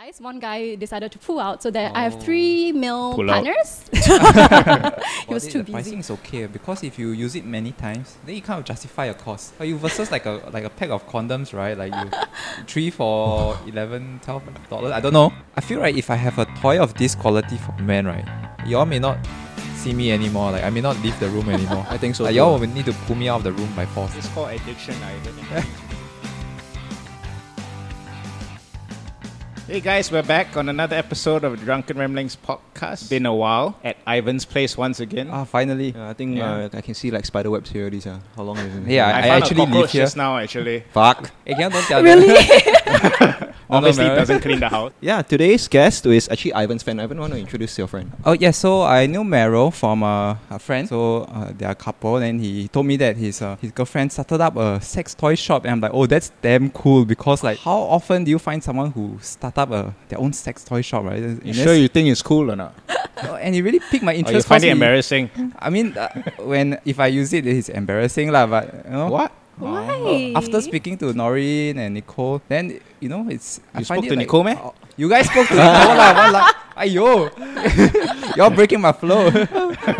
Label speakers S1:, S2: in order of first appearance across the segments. S1: guys. One guy decided to pull out, so that I have three male
S2: Pull out.
S1: partners.
S3: Well,
S1: was
S3: the-
S1: too
S3: the pricing is okay eh, because if you use it many times, then you kind of justify your cost. But you versus like a like a pack of condoms, right? Like you three for 11 12 dollars. I don't know. I feel like if I have a toy of this quality for men, right, y'all may not see me anymore. Like I may not leave the room anymore.
S2: I think so.
S3: like,
S2: too.
S3: y'all will need to pull me out of the room by force.
S4: It's called addiction, I heard. Hey guys, we're back on another episode of Drunken Ramblings podcast. Been a while at Ivan's place once again.
S3: Ah, finally.
S2: Yeah, I think
S4: Yeah.
S2: Uh, I can see like spider webs here. These are how long have you been?
S3: Yeah, I-
S4: found a
S3: actually live
S4: cockroach
S3: here.
S4: just now. Actually,
S2: Fuck.
S3: Eh, can you don't tell them?
S1: really?
S3: No, no,
S4: obviously it
S3: Mary.
S4: doesn't clean the house.
S2: Yeah, today's guest is actually Ivan's fan. Ivan, want to introduce your friend?
S3: Oh yeah, so I knew Meryl from uh, a
S4: Hmm?
S3: friend. So uh, they're a couple, and he told me that his uh, his girlfriend started up a sex toy shop, and I'm like, oh, that's damn cool because like, how often do you find someone who start up a their own sex toy shop, right? And
S5: You
S3: that's-
S5: sure you think it's cool or not?
S3: oh, and it really piqued my
S4: Oh, you
S3: interest.
S4: find it
S3: cause he-
S4: embarrassing.
S3: I mean, uh, when if I use it, it's embarrassing lah. But you know,
S5: What?
S1: Why?
S3: after speaking to Noreen and Nicole, then you know it's. I
S4: You
S3: find
S4: spoke
S3: it
S4: to
S3: like-
S4: Nicole meh?
S3: Oh, you guys spoke to Nicole lah. what lah? Ayo, you're breaking my flow.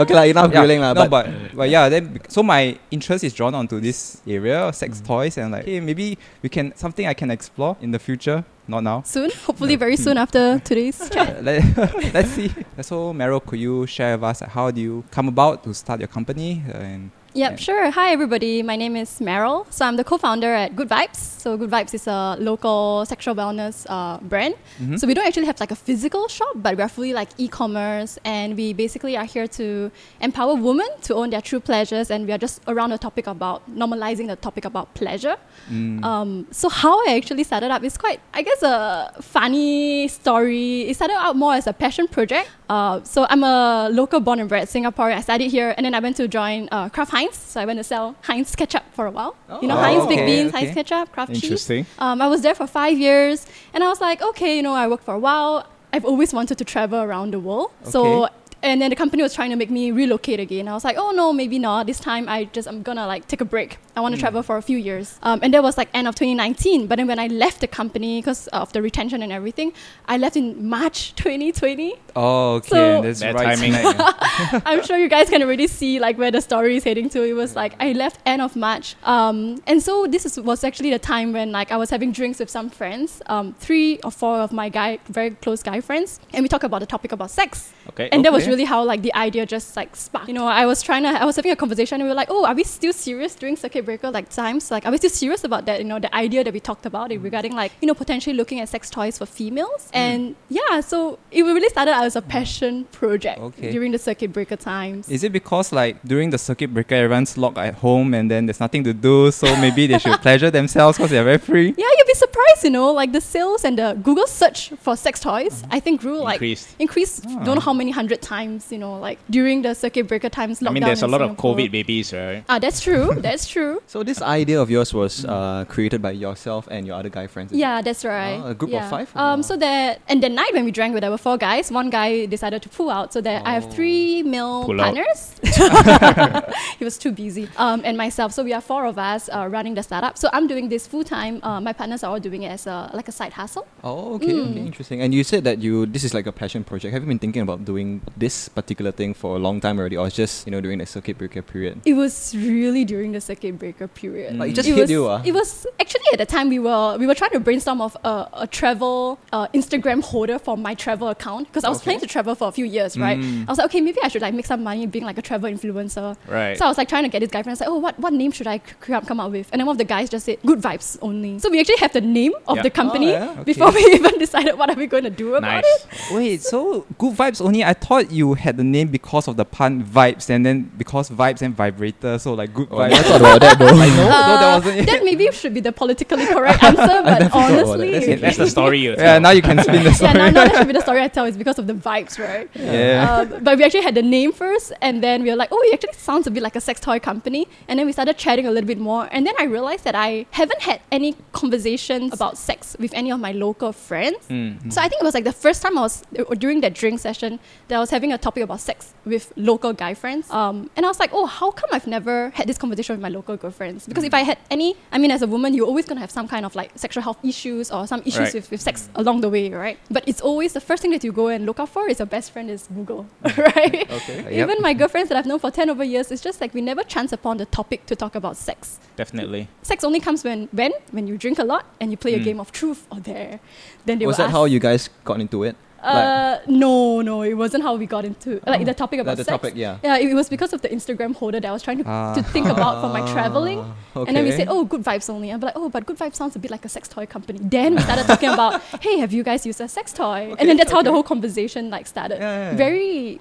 S2: okay, like enough grilling
S3: yeah,
S2: lah.
S3: no,
S2: but,
S3: but, but yeah, then bec- so my interest is drawn onto this area of
S2: Mm.
S3: sex toys and like, hey, maybe we can something I can explore in the future. Not now.
S1: soon, hopefully, very soon after today's chat.
S3: Let, let's see. So, Meryl, could you share with us like, how do you come about to start your company? Uh, and
S1: Yep, sure. Hi, everybody. My name is Meryl. So I'm the co-founder at Good Vibes. So Good Vibes is a local sexual wellness uh, brand.
S3: mm-hmm. Hmm?
S1: So we don't actually have like a physical shop, but we're fully like e-commerce, and we basically are here to empower women to own their true pleasures. And we are just around the topic about normalizing the topic about pleasure.
S3: Mm.
S1: Um, so how I actually started up is quite, I guess, a funny story. It started out more as a passion project. Uh, so I'm a local born and bred Singaporean. I studied here, and then I went to join uh, Kraft Heinz. So I went to sell Heinz ketchup for a while. you know,
S3: Oh,
S1: Heinz
S3: okay,
S1: baked beans, Heinz
S3: okay.
S1: ketchup, Kraft cheese.
S4: Interesting.
S1: Um, I was there for five years, and I was like, okay, you know, I worked for a while. I've always wanted to travel around the world. So,
S3: Okay.
S1: and then the company was trying to make me relocate again. I was like, oh no, maybe not. This time I just, I'm gonna like take a break. I wanna travel for a few years. Um, and that was like end of 2019. But then when I left the company, because of the retention and everything, I left in March 2020.
S3: oh, okay,
S1: So-
S3: that's
S4: Bad
S3: right.
S4: timing.
S3: smack.
S1: I'm sure you guys can already see like where the story is heading to. It was like I left end of March, um, and so this is, was actually the time when like I was having drinks with some friends, um, three or four of my guy, very close guy friends, and we talked about the topic about sex.
S4: Okay.
S1: And that was
S3: Okay.
S1: really how like the idea just like sparked. You know, I was trying to, I was having a conversation, and we were like, oh, are we still serious during circuit breaker like times? Like, are we still serious about that? You know, the idea that we talked about it regarding like you know potentially looking at sex toys for females, and yeah, so it really started out as a passion project
S3: Okay.
S1: during the circuit breaker times.
S3: Is it because like during the circuit breaker, everyone's locked at home and then there's nothing to do, so maybe they should pleasure themselves because they're very free?
S1: Yeah, you'd be surprised, you know, like the sales and the Google search for sex toys, I think grew like
S4: Increased.
S1: increased don't know how many hundred times, you know, like during the circuit breaker times.
S4: I
S1: Lockdown
S4: mean, there's a
S1: in
S4: lot of
S1: Singapore.
S4: COVID babies, right?
S1: Ah, that's true. That's true.
S2: so this idea of yours was uh, created by yourself and your other guy friends. is it?
S1: Yeah, that's right.
S2: Oh, a group of
S1: Yeah.
S2: five?
S1: Um,
S2: Wow.
S1: so that and the night when we drank, there were four guys. One guy decided to pull out, so that I
S2: Oh.
S1: have three male
S4: Pull out.
S1: partners. he was too busy. Um, and myself. So we are four of us uh, running the startup. So I'm doing this full time. Uh, my partners are all doing it as a like a side hustle.
S2: Oh, okay,
S1: Mm.
S2: okay, interesting. And you said that you this is like a passion project. Have you been thinking about doing this particular thing for a long time already, or it's just you know during the circuit breaker period?
S1: It was really during the circuit breaker period.
S2: Like, it just
S1: it
S2: hit
S1: was,
S2: you, ah?
S1: It was actually at the time we were we were trying to brainstorm of a, a travel uh, Instagram holder for my travel account because I was planning to travel for a few years, right?
S3: Mm.
S1: I was like, okay, maybe I should like make some money being like a travel influencer.
S4: Right.
S1: So I was like trying to get this guy friend. I was like, oh, what what name should I c- c- come up with? And then one of the guys just said, good vibes only. So we actually have the name of
S4: Yeah.
S1: the company
S2: Oh, yeah?
S1: before we even decided what are we going to do about
S4: Nice.
S1: it.
S3: Wait, so good vibes only. I thought you had the name because of the pun vibes, and then because vibes and vibrator, so like good
S2: Oh, I
S3: vibes.
S2: never thought about that though.
S3: I know, Oh, no, that
S1: Uh,
S3: wasn't it.
S1: that maybe should be the politically correct answer, but
S2: about that.
S1: honestly,
S2: That's
S4: Yeah, That's the story. You
S3: Yeah,
S4: tell.
S3: now you can spin the
S1: yeah,
S3: story.
S1: now, now that should be the story I tell. It's because of the vibes, right?
S3: Yeah.
S1: Um, but we actually had the name first, and then we were like, oh, it actually sounds a bit like a sex toy company. And then we started chatting a little bit more, and then I realized that I haven't had any conversations about sex with any of my local friends.
S4: Mm.
S1: So I think it was like the first time I was or during that drink session that I was having a topic about sex with local guy friends. Um, and I was like, oh, how come I've never had this conversation with my local girlfriends? Because if I had any, I mean, as a woman, you're always gonna have some kind of like sexual health issues or some issues
S4: Right.
S1: with, with sex along the way, right? But it's always the first thing that you go and look out for is your best friend is Google,
S2: Mm.
S1: right?
S3: Okay.
S1: Even my girlfriends that I've known for 10 over years, it's just like we never chance upon the topic to talk about sex
S4: Definitely.
S1: sex only comes when when when you drink a lot and you play a
S4: Mm.
S1: game of truth or dare. Then they
S2: was
S1: will
S2: that
S1: ask,
S2: how you guys got into it?
S1: Uh, no, no, it wasn't how we got into like the topic about
S2: Like the
S1: sex.
S2: topic, yeah.
S1: Yeah, it was because of the Instagram holder that I was trying to,
S3: Ah.
S1: to think about for my traveling. And then we
S2: Ah, okay.
S1: said, oh, good vibes only. I'm like, oh, but good vibes sounds a bit like a sex toy company. Then we started talking about, hey, have you guys used a sex toy? and then that's how the whole conversation like started.
S3: Yeah, yeah, yeah.
S1: Very,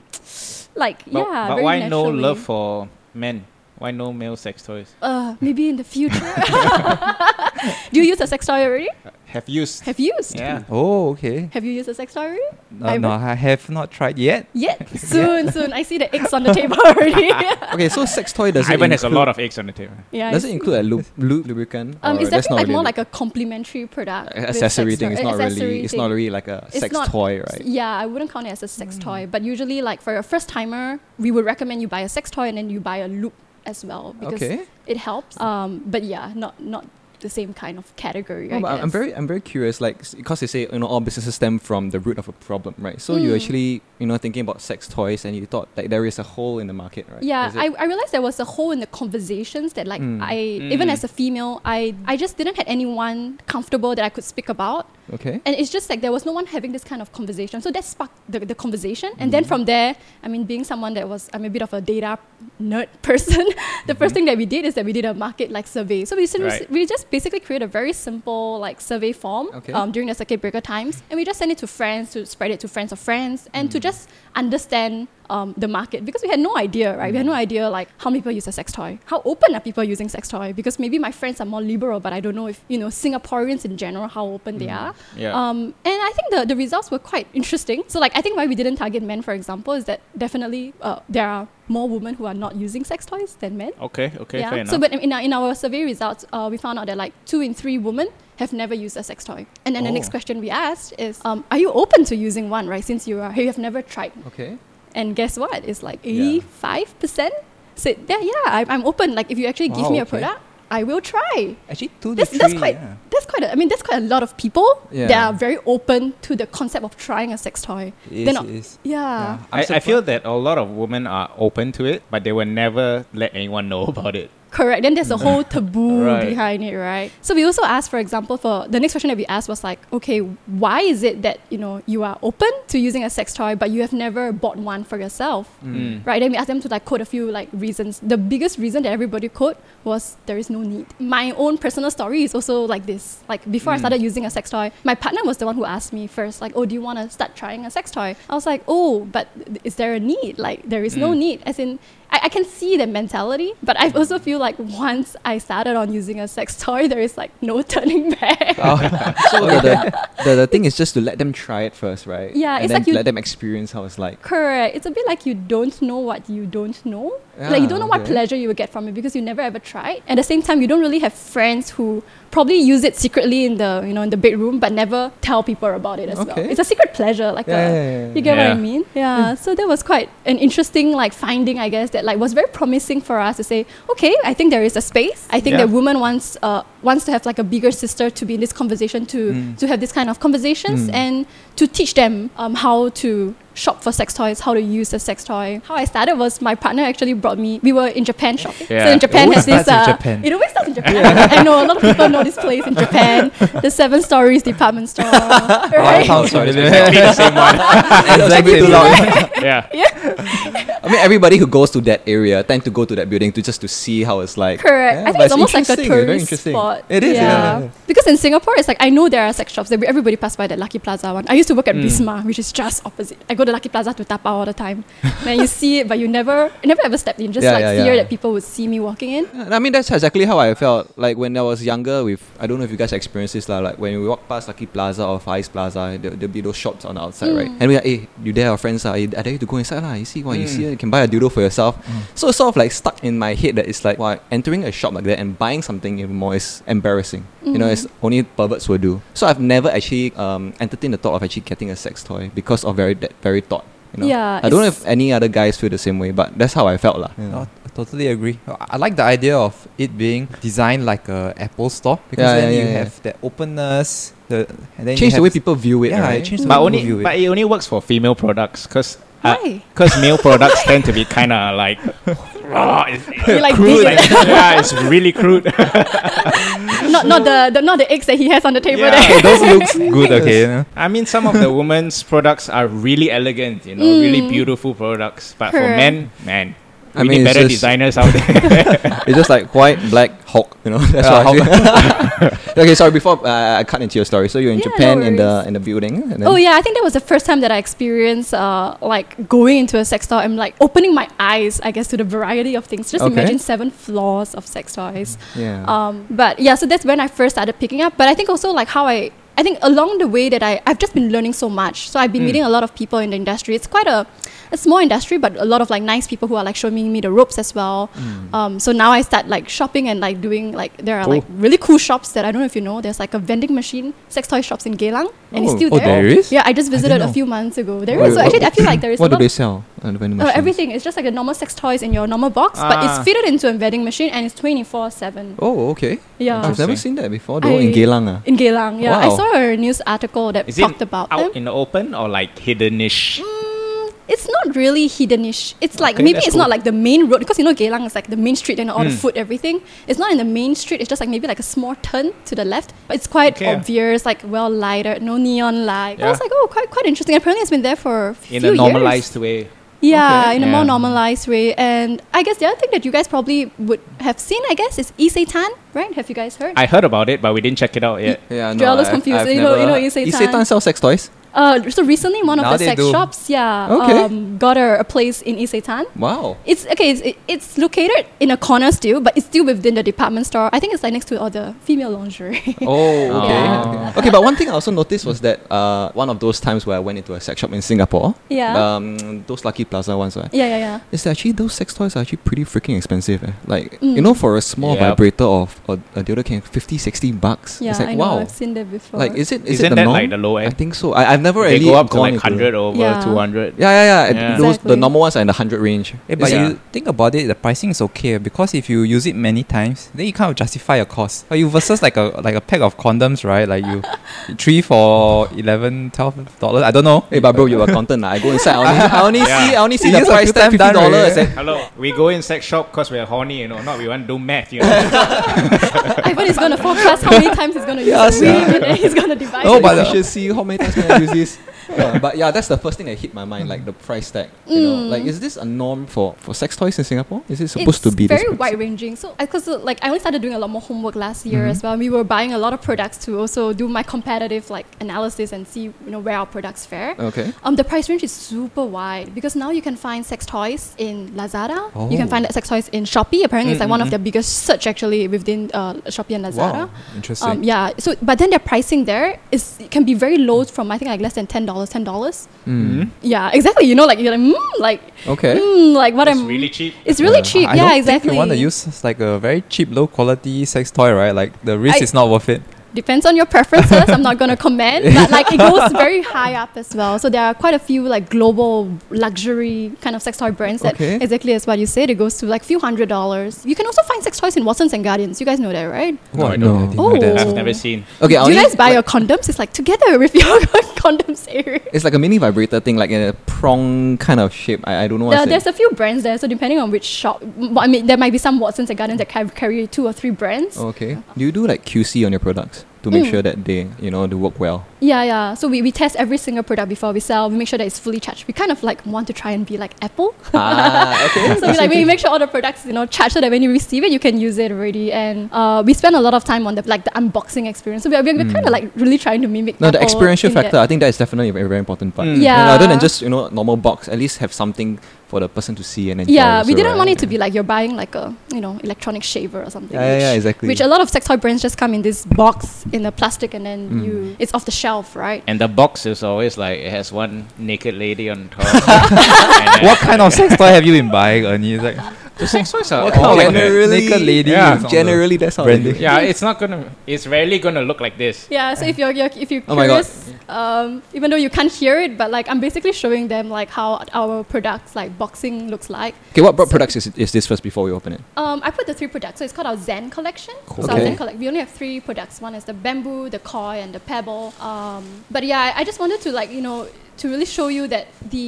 S1: like,
S4: But,
S1: yeah.
S4: but
S1: very
S4: why no
S1: naturally.
S4: love for men? Why no male sex toys?
S1: Uh, maybe in the future. Do you use a sex toy already?
S4: Have used.
S1: Have used?
S4: Yeah.
S3: Oh, okay.
S1: Have you used a sex toy already?
S3: No,
S1: I
S3: no,
S1: will-
S3: I have not tried yet.
S1: Yet. Soon, soon. I see the eggs on the table already.
S2: okay, so sex toy doesn't.
S4: Ivan has a
S2: include,
S4: lot of eggs on the table.
S1: yeah.
S2: Does it
S1: it's-
S2: include a lu- lu- lubricant?
S1: Um,
S2: or
S1: it's
S2: that's
S1: definitely
S2: not
S1: like
S2: really
S1: more
S2: lu-
S1: like a complimentary product.
S2: a-
S1: with
S2: accessory
S1: sex
S2: thing.
S1: toy-
S2: It's not
S1: accessory
S2: really. It's not
S1: thing.
S2: really like a
S1: It's
S2: sex
S1: not-
S2: toy, right?
S1: Yeah, I wouldn't count it as a sex toy, but usually, like for a first timer, we would recommend you buy a sex toy and then you buy a loop as well because
S2: Okay.
S1: it helps. Um, but yeah, not not the same kind of category.
S2: No,
S1: I
S2: but I'm-
S1: guess.
S2: I'm very, I'm very curious, like, because they say you know all businesses stem from the root of a problem, right? So you
S1: Mm.
S2: actually, you know, thinking about sex toys, and you thought like there is a hole in the market, right?
S1: Yeah,
S2: Is it-
S1: I, I realized there was a hole in the conversations that like
S2: Mm.
S1: I even
S4: Mm.
S1: as a female, I I just didn't had anyone comfortable that I could speak about.
S2: okay.
S1: And it's just like there was no one having this kind of conversation. So that sparked the, the conversation. And
S2: Mm-hmm.
S1: then from there, I mean, being someone that was, I'm a bit of a data nerd person, the
S2: Mm-hmm.
S1: first thing that we did is that we did a market like survey. So we, sort of-
S4: Right.
S1: we just basically create a very simple like survey form
S2: Okay.
S1: um, during the circuit breaker times. And we just send it to friends, to spread it to friends of friends, and
S2: Mm-hmm.
S1: to just understand um, the market because we had no idea, right? We had no
S2: Mm-hmm.
S1: idea like how many people use a sex toy. How open are people using sex toy? Because maybe my friends are more liberal, but I don't know if, you know, Singaporeans in general, how open they
S2: Mm-hmm.
S1: are.
S4: Yeah.
S1: Um, and I think the, the results were quite interesting. So, like, I think why we didn't target men, for example, is that definitely uh, there are more women who are not using sex toys than men.
S4: Okay, okay, fair enough.
S1: So, but in our, in our survey results, uh, we found out that like two in three women have never used a sex toy. And then the next
S3: Oh.
S1: question we asked is, um, are you open to using one, right? Since you are, you have never tried.
S2: Okay.
S1: And guess what? It's like
S2: Yeah.
S1: 85% said, yeah, yeah, I'm, I'm open. Like, if you actually give
S3: Wow,
S1: me a
S3: okay.
S1: product, I will try
S3: Actually, two
S1: that's,
S3: to
S1: that's
S3: three.
S1: quite
S3: yeah.
S1: that's quite a, I mean that's quite a lot of people that
S2: Yeah.
S1: are very open to the concept of trying a sex toy.
S3: It
S1: They're
S3: is,
S1: not-
S3: it is.
S1: Yeah.
S3: Yeah. I'm
S4: I, I
S3: surprised.
S4: feel that a lot of women are open to it, but they will never let anyone know about it.
S1: Correct. Then there's a whole taboo
S4: Right.
S1: behind it, right? So we also asked, for example, for the next question that we asked was like, okay, why is it that you know you are open to using a sex toy but you have never bought one for yourself?
S3: Mm.
S2: mm.
S1: Right, then we asked them to like quote a few like reasons. The biggest reason that everybody quote was there is no need. My own personal story is also like this. Like before I started using a sex toy, my partner was the one who asked me first, like, oh, do you want to start trying a sex toy? I was like, oh, but th- is there a need? Like there is no need. As in, I, I can see the mentality, but I also feel like once I started on using a sex toy, there is like no turning back.
S4: Oh.
S2: so the, the, the, the thing is just to let them try it first, right?
S1: Yeah,
S2: and
S1: it's
S2: then
S1: like you-
S2: let them experience how it's like.
S1: Correct. It's a bit like you don't know what you don't know. like you
S2: Ah,
S1: don't know what
S2: okay.
S1: pleasure you will get from it because you never ever tried. At the same time, you don't really have friends who probably use it secretly in the you know in the bedroom, but never tell people about it as well.
S2: Okay.
S1: It's a secret pleasure, like
S2: Yeah,
S1: a,
S2: yeah, yeah, yeah.
S1: you get what I
S4: Yeah.
S1: mean? Yeah. So that was quite an interesting like finding, I guess, that like was very promising for us to say, okay, I think there is a space. I think
S4: Yeah.
S1: that woman wants uh, wants to have like a bigger sister to be in this conversation to
S3: Mm.
S1: to have this kind of conversations and to teach them um, how to shop for sex toys, how to use a sex toy. How I started was my partner actually brought me. We were in Japan shopping. So
S4: Yeah.
S1: in Japan
S3: It
S1: has
S3: always
S1: this.
S3: starts in
S1: uh,
S3: Japan.
S1: It always starts in Japan. I know a lot of people know this place in Japan. The Seven Stories department store.
S3: Wow,
S1: Right?
S3: sounds
S2: Sorry,
S3: familiar.
S2: exactly
S4: the same one.
S2: Exactly too long.
S4: Yeah.
S2: I mean, everybody who goes to that area tend to go to that building to just to see how it's like.
S1: Correct.
S2: Yeah,
S1: I
S2: but
S1: think it's almost like a
S2: interesting, it's very
S1: tourist
S2: interesting.
S1: spot.
S2: It is. Yeah.
S1: Because in Singapore, it's like I know there are sex shops. Like, everybody passed by the Lucky Plaza one. I used to work at
S2: Mm.
S1: Bisma, which is just opposite. I go to Lucky Plaza to tap out all the time. then you see it, but you never, you never ever stepped in. Just
S2: Yeah,
S1: like
S2: yeah,
S1: fear
S2: yeah.
S1: that people would see me walking in.
S2: Yeah, and I mean, that's exactly how I felt. Like when I was younger, with I don't know if you guys experienced this, lah, like when we walk past Lucky Plaza or Far
S1: Mm.
S2: East "Eh, Plaza, there, there'll be those shops on the outside, right? And we're like, hey, you there, our friends, are I dare you to go inside, lah. You see, why you see, can buy a dildo for yourself. So it's sort of like stuck in my head that it's like, well, entering a shop like that and buying something even more is embarrassing. You know, it's
S1: Mm-hmm.
S2: only perverts will do. So I've never actually um, entertained the thought of actually getting a sex toy because of very that very thought. You know?
S1: Mm-hmm. Yeah,
S2: I don't know
S1: it's- Oh,
S2: if any other guys feel the same way, but that's how I felt, lah. you know.
S3: No, I totally agree. I I like the idea of it being designed like a Apple store because
S2: Yeah,
S3: then
S2: yeah,
S3: you
S2: yeah,
S3: have that openness. The and then you
S2: Change the
S3: have
S2: way people view it.
S3: Yeah,
S2: right?
S3: it changed the
S4: But
S3: way
S4: only
S3: people view it.
S4: but it only works for female products because
S2: uh,
S1: Why?
S4: because male products tend to be kind of like raw, it's,
S1: You like
S4: crude.
S1: dig
S4: like- yeah, it's really crude.
S1: not not the, the not the eggs that he has on the table
S4: Yeah.
S1: there.
S3: Those looks good, okay. you know.
S4: I mean, some of the women's products are really elegant, you know, really beautiful products. But for
S1: Mm. Correct.
S4: men, man,
S2: I
S4: we
S2: mean,
S4: need
S2: it's
S4: better
S2: just-
S4: designers out there.
S2: It's just like white, black, Hulk. You know, that's
S3: Yeah,
S2: what I feel. okay, sorry. Before uh, I cut into your story, so you're in
S1: Yeah, no
S2: Japan in the
S1: worries.
S2: in the building. And then
S1: Oh yeah, I think that was the first time that I experienced uh, like going into a sex store and like opening my eyes, I guess, to the variety of things. Just
S2: Okay.
S1: imagine seven floors of sex toys.
S2: yeah.
S1: Um, but yeah, so that's when I first started picking up. But I think also like how I, I think along the way that I, I've just been learning so much. So I've been meeting a lot of people in the industry. It's quite a, a small industry, but a lot of like nice people who are like showing me the ropes as well. Um, so now I start like shopping and like doing like there are
S4: Cool.
S1: like really cool shops that I don't know if you know. There's like a vending machine sex toy shops in Geylang, and it's
S2: Oh.
S1: still
S3: Oh,
S1: there.
S3: there is?
S1: Yeah, I just
S3: I didn't
S1: visited a
S3: know.
S1: few months ago. There
S2: Wait,
S1: is. So
S2: what-
S1: actually, I feel like there is. a
S2: what do
S1: lot
S2: they sell? on the vending
S1: uh,
S2: machines?
S1: everything. It's just like the normal sex toys in your normal box, but
S4: Ah.
S1: it's fitted into a vending machine and it's twenty four seven.
S2: Oh, okay.
S1: Yeah.
S2: I've never
S4: Interesting.
S2: seen that before. though
S1: Uh,
S2: in
S1: I-
S2: Geylang. ah.
S1: In Geylang, yeah.
S2: Wow.
S1: I saw a news article that
S4: Is it
S1: talked about
S4: out
S1: them.
S4: in the open or like hiddenish?
S1: Mm. it's not really hiddenish. It's like
S4: Okay,
S1: maybe
S4: that's
S1: it's
S4: cool.
S1: not
S4: Hmm.
S1: like the main road because you know Geylang is like the main street and all the food, everything. It's not in the main street. It's just like maybe like a small turn to the left, but it's quite
S4: Okay.
S1: obvious, like well lighted, no neon light. I
S4: Yeah.
S1: was like, oh, quite quite interesting. Apparently, it's been there for a few
S4: In a
S1: years.
S4: normalized way.
S1: Yeah,
S4: Okay.
S1: in a
S4: Yeah.
S1: more normalized way. And I guess the other thing that you guys probably would have seen, I guess, is Isetan, right? Have you guys heard?
S4: I heard about it, but we didn't check it out yet.
S2: Yeah,
S1: Joel is confused. You know- you know Isetan.
S2: Isetan sells sex toys.
S1: uh, so recently, one
S3: Now
S1: of the
S3: they
S1: sex
S3: do.
S1: shops, yeah,
S2: Okay.
S1: um, got a, a place in Isetan.
S2: Wow.
S1: It's okay. It's, it- it's located in a corner still, but it's still within the department store. I think it's like next to all the female lingerie.
S2: Oh, okay.
S4: Yeah.
S2: okay, but one thing I also noticed was that uh, one of those times where I went into a sex shop in Singapore,
S1: Yeah.
S2: um, those Lucky Plaza ones, right?
S1: yeah, yeah, yeah.
S2: It's actually those sex toys are actually pretty freaking expensive. Eh? Like you
S1: Mm.
S2: know, for a small
S4: Yep.
S2: vibrator of a, a dildo can 50, 60 bucks.
S1: Yeah,
S2: it's like
S1: I know.
S2: wow.
S1: I've seen that before.
S2: Like is it is
S4: Isn't
S2: it the
S4: that
S2: norm?
S4: like the low
S2: I
S4: end?
S2: think so. I, I've never
S4: They
S2: really
S4: go up to
S2: gone
S4: like
S2: into
S4: 100
S2: it.
S4: over
S1: Yeah.
S4: 200.
S2: Yeah, yeah, yeah.
S4: Yeah.
S2: Those the
S1: Exactly.
S2: normal ones are in the hundred range.
S3: Eh, but
S2: It's-
S3: you think about it, the pricing is okay eh, because if you use it many times, then you kind of justify your cost. But you versus like a like a pack of condoms, right? Like you three for eleven, twelve dollars. I don't know.
S2: Hey, but bro, you're accountant. lah. I go inside. I only, I only
S4: Yeah.
S2: see. I only see
S3: You
S2: the
S3: use a
S2: price
S3: few
S2: tag
S3: times
S2: fifty
S3: done already,
S2: dollars.
S3: eh?
S4: Hello, we go in sex shop because we're horny, you know, not we want to do math, you know.
S1: Ivan is gonna forecast how many times he's gonna use
S2: Yeah,
S1: it,
S2: sia.
S1: and then he's gonna divide.
S2: No,
S1: it.
S2: Oh, but I should see how many times can I use this. Uh, but yeah, that's the first thing that hit my mind, like the price tag. You know, like is this a norm for, for sex toys in Singapore? Is it supposed
S1: Mm. it's
S2: to be
S1: very
S2: this?
S1: wide ranging. So because like I only started doing a lot more homework last year
S2: Mm-hmm.
S1: as well. We were buying a lot of products to also do my competitive like analysis and see you know where our products fare.
S2: Okay.
S1: Um, the price range is super wide because now you can find sex toys in Lazada. You can
S3: Oh.
S1: find sex toys in Shopee. Apparently, it's like one of their biggest search actually within uh, Shopee and Lazada.
S3: Wow, interesting.
S1: Um, yeah. So, but then their pricing there is it can be very low from I think like less than ten dollars, ten dollars.
S4: Hmm?
S2: Mm.
S3: Mm-hmm.
S1: Yeah, exactly. You know, like you're like, mm, like,
S2: Okay.
S1: mm, like what
S4: It's
S1: I'm.
S4: really cheap.
S1: it's really
S3: Uh,
S1: cheap.
S3: I
S1: yeah,
S3: don't
S1: exactly.
S3: Think you want to use s- like a very cheap, low quality sex toy, right? Like the risk
S1: I-
S3: is not worth it.
S1: depends on your preferences. I'm not gonna comment, but like it goes very high up as well. So there are quite a few like global luxury kind of sex toy brands that
S2: Okay.
S1: exactly as what you said. It goes to like few hundred dollars. You can also find sex toys in Watsons and Guardians. You guys know that, right?
S4: No, I don't.
S3: What? I didn't know that.
S4: I've
S1: Oh.
S4: never seen.
S2: Okay. I
S1: Do you
S2: only-
S1: guys buy your
S2: like,
S1: condoms? It's like together with your condoms area.
S2: It's like a mini vibrator thing, like in a prong kind of shape. I, I don't know
S1: There,
S2: what.
S1: there's a few brands there, so depending on which shop, m- I mean, there might be some Watsons and Gardens that ca- carry two or three brands.
S2: okay. Do you do like QC on your products to make
S1: Mm.
S2: sure that they you know they work well?
S1: Yeah, yeah. So we, we test every single product before we sell. We make sure that it's fully charged. We kind of like want to try and be like Apple.
S2: ah, okay.
S1: so we like we make sure all the products you know charged so that when you receive it you can use it already and uh, we spend a lot of time on the like the unboxing experience so we're, we're, kind of like really trying to mimic
S2: Hmm. No, the
S1: Apple
S2: experiential
S1: in that-
S2: factor. I think that is definitely a very, very important part.
S4: Mm.
S2: You know, Other than
S1: Yeah.
S2: just you know normal box, at least have something for the person to see and enjoy.
S1: Yeah, we
S2: also,
S1: didn't
S2: right?
S1: want it to
S2: Yeah.
S1: be like you're buying like a you know electronic shaver or something.
S2: Yeah, yeah, yeah,
S1: which-
S2: exactly.
S1: Which a lot of sex toy brands just come in this box in a plastic and then
S2: Mm.
S1: you it's off the shelf, right?
S5: And the box is always like it has one naked lady on top. And then-
S3: What kind of sex toy have you been buying, Ernie? It's like,
S4: The sex toys are
S3: what
S4: all
S3: kind
S4: like
S3: of
S4: that.
S2: generally,
S3: naked lady
S4: yeah,
S3: is on the-
S2: generally that's how they do it.
S3: Branding.
S5: Yeah, it's not gonna. It's rarely gonna look like this.
S1: Yeah, so if you're, you're if you're
S2: Oh my God.
S1: curious, um, even though you can't hear it, but like I'm basically showing them like how our products like boxing looks like.
S2: Okay, what what
S1: So-
S2: products is, is this first before we open it?
S1: Um, I put the three products. So it's called our Zen collection. So our
S2: Okay.
S1: Zen collect. We only have three products. One is the bamboo, the koi, and the pebble. Um, but yeah, I, I just wanted to like you know to really show you that the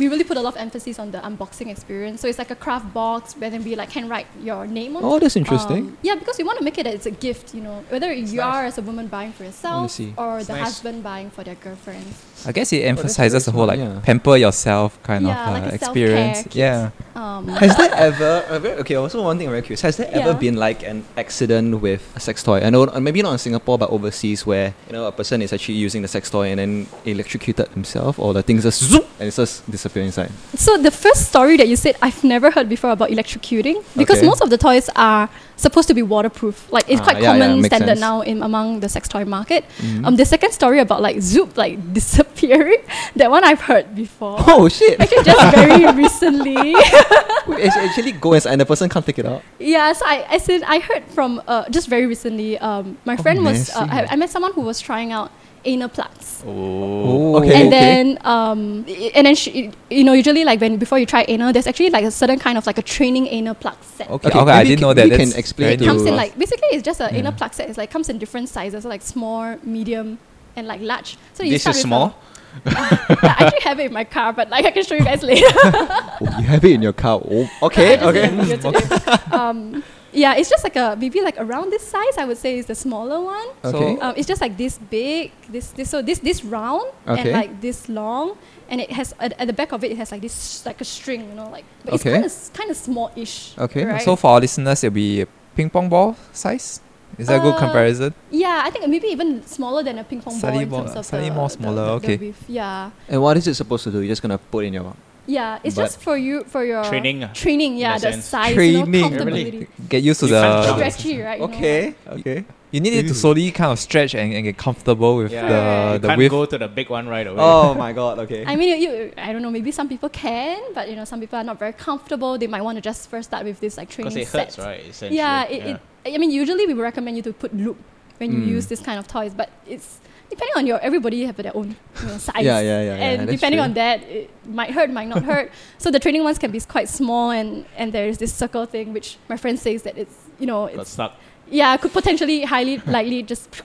S1: we really put a lot of emphasis on the unboxing experience. So it's like a craft box where then we like can write your name on.
S2: Oh,
S1: it.
S2: that's interesting.
S1: Um, yeah, because we want to make it as a gift. You know, whether you
S3: nice.
S1: are as a woman buying for yourself
S2: see.
S1: or
S4: It's
S1: the
S4: nice.
S1: husband buying for their girlfriend.
S3: I guess it
S2: Oh, that's
S3: emphasizes the
S2: very
S3: whole like
S2: smart, yeah.
S3: pamper yourself kind
S1: Yeah,
S3: of uh,
S1: like a self-care
S3: experience.
S1: kit.
S3: Yeah.
S1: Um,
S2: Has there ever a very- okay? Also, one thing I'm very curious: Has there ever
S1: Yeah.
S2: been like an accident with a sex toy? I know, uh, maybe not in Singapore, but overseas, where you know a person is actually using the sex toy and then electrocuted himself, or the thing just zoom and it just disappear inside.
S1: So the first story that you said I've never heard before about electrocuting because
S2: Okay.
S1: most of the toys are supposed to be waterproof. Like it's
S2: Ah,
S1: quite
S2: yeah, yeah,
S1: common
S2: makes
S1: standard
S2: sense.
S1: now in among the sex toy market.
S2: Mhm.
S3: Mm-hmm.
S1: Um, the second story about like zoop like disappearing, that one I've heard before.
S2: Oh shit!
S1: Actually, just very recently.
S2: Wait, it actually go inside and the person can't take it out.
S1: Yes, I, I said I heard from uh, just very recently. Um, my
S2: Oh,
S1: friend was uh,
S2: messy.
S1: I, I met someone who was trying out anal plugs.
S2: Oh, okay.
S1: and then um, i- and then she, you know usually like when before you try anal there's actually like a certain kind of like a training anal plug set
S3: Okay, okay, I
S2: maybe
S3: didn't
S2: ca-
S3: know that.
S2: maybe
S3: That's
S2: can explain
S3: very
S2: it
S1: it comes in
S3: new.
S1: like basically it's just an
S3: Yeah.
S1: anal plug set it's like comes in different sizes so like small medium and like large so you
S4: This
S1: start
S4: is
S1: with
S4: small.
S1: a- yeah, I actually have it in my car but like I can show you guys later
S2: Oh, you have it in your car. Oh, okay,
S1: I
S2: okay.
S1: just didn't video today. um, yeah it's just like a maybe like around this size I would say is the smaller one
S2: Okay.
S1: um, it's just like this big this this so this this round and
S2: Okay.
S1: like this long and it has at, at the back of it it has like this like a string you know like but
S2: Okay.
S1: it's kind of kind of smallish
S2: Okay.
S1: right?
S3: So for our listeners, it'll be ping pong ball size. Is that a good
S1: Uh,
S3: comparison?
S1: yeah I think maybe even smaller than a ping pong
S3: Slightly
S1: ball in
S3: more-
S1: terms of
S3: slightly
S1: the,
S3: more
S1: the-
S3: smaller,
S1: the- the
S3: okay.
S1: width. yeah
S2: And what is it supposed to do? You're just gonna put in your
S1: yeah it's
S2: But-
S1: just for you for your
S4: Training, uh,
S1: training yeah
S4: a
S1: the
S4: sense.
S1: size you know, comfortability
S3: Get used to
S4: You can't jump.
S3: the.
S1: stretchy right you know, like-
S2: Uh, okay.
S3: You need it
S2: Ew.
S3: to slowly kind of stretch and, and get comfortable with
S4: Yeah.
S1: Right.
S3: the
S1: You
S3: the
S4: Can't
S3: width.
S4: go to the big one right away.
S2: Oh my god. Okay.
S1: I mean, you, you, I don't know. Maybe some people can, but you know, some people are not very comfortable. They might want to just first start with this like
S5: Because
S1: training
S5: it
S1: set.
S5: hurts, right? Essentially.
S1: yeah, it, It, I mean, usually we would recommend you to put loop when you
S2: Mm.
S1: use this kind of toys, but it's depending on your everybody have their own you know, size.
S2: Yeah, yeah, yeah, yeah,
S1: And
S2: that's
S1: depending
S2: true.
S1: on that, it might hurt, might not hurt. so the training ones can be quite small, and and there is this circle thing, which my friend says that it's you know
S4: Got
S1: it's
S4: stuck.
S1: yeah could potentially highly likely just messed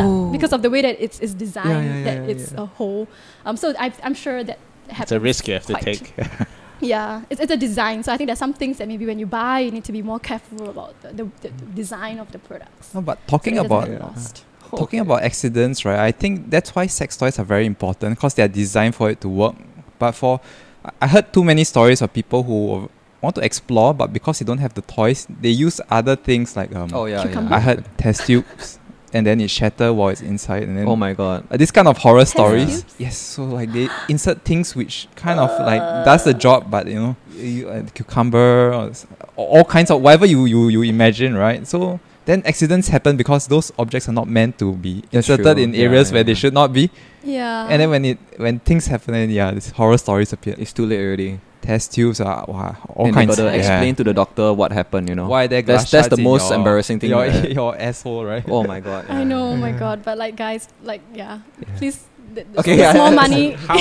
S2: oh.
S1: up because of the way that it's, it's designed
S2: yeah,
S1: that
S2: yeah,
S1: it's
S2: yeah.
S1: a whole. Um, so I, I'm sure that
S5: It's
S1: happens.
S5: a risk you have to
S1: quite.
S5: take.
S1: Yeah, it's, it's a design. So I think there's some things that maybe when you buy, you need to be more careful about the, the, the design of the products.
S3: No, but talking
S1: So it doesn't
S3: about
S1: get
S2: yeah.
S1: lost.
S3: talking about accidents, right? I think that's why sex toys are very important because they are designed for it to work. But for I- I heard too many stories of people who want to explore, but because they don't have the toys, they use other things like um.
S2: Oh yeah, yeah.
S1: Cucumber.
S3: I heard test tubes, and then it shatter while it's inside, and then
S2: Oh my god.
S3: Uh, this kind of horror stories.
S1: tubes?
S3: Yes, so like they insert things which kind of like
S1: Uh.
S3: does the job, but you know, you, uh, cucumber, or s- all kinds of whatever you, you you imagine, right? So then accidents happen because those objects are not meant to be
S2: That's
S3: inserted
S2: true.
S3: in
S2: Yeah,
S3: areas where they
S2: yeah.
S3: should not be.
S1: Yeah.
S3: and then when it when things happen, then yeah, these horror stories appear.
S2: It's too late already.
S3: Test tubes are wow, all
S2: and you
S3: kinds.
S2: gotta
S3: of
S2: explain to the doctor what happened. You know.
S3: why they're
S2: That's- that's the most embarrassing thing
S3: Your,
S2: that-
S3: your asshole, right?
S2: Oh my god.
S1: I know, oh my god. But like, guys, like, yeah, please, th- th-
S2: Okay,
S1: it's
S2: yeah,
S1: small
S2: yeah.
S1: money.
S4: How,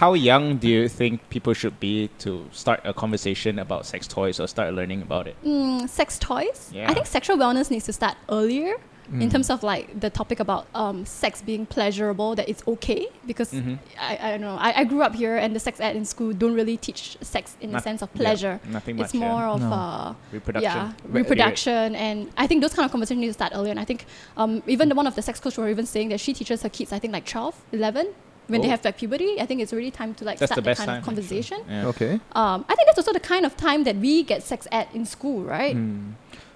S4: how young do you think people should be to start a conversation about sex toys or start learning about it?
S1: Mm, sex toys.
S4: Yeah.
S1: I think sexual wellness needs to start earlier. In
S2: Mm.
S1: terms of like the topic about um, sex being pleasurable, that it's okay because
S4: Mhm.
S5: Mm-hmm.
S1: I, I don't know I, I grew up here and the sex ed in school don't really teach sex in the
S4: Not-
S1: sense of
S4: yeah,
S1: pleasure.
S4: Nothing much.
S1: It's more of
S3: No.
S1: uh,
S4: yeah. reproduction.
S1: Yeah, reproduction, and I think those kind of conversations need to start earlier. And I think um, even the one of the sex coach were even saying that she teaches her kids, I think like 12, 11, when they
S4: Oh.
S1: have like puberty. I think it's really time to like
S4: That's the
S1: start that
S4: best
S1: kind
S4: time.
S1: of conversation.
S4: actually. Yeah.
S2: Okay.
S1: Um, I think that's also the kind of time that we get sex ed in school, right?
S2: Hmm.
S4: Mm-hmm.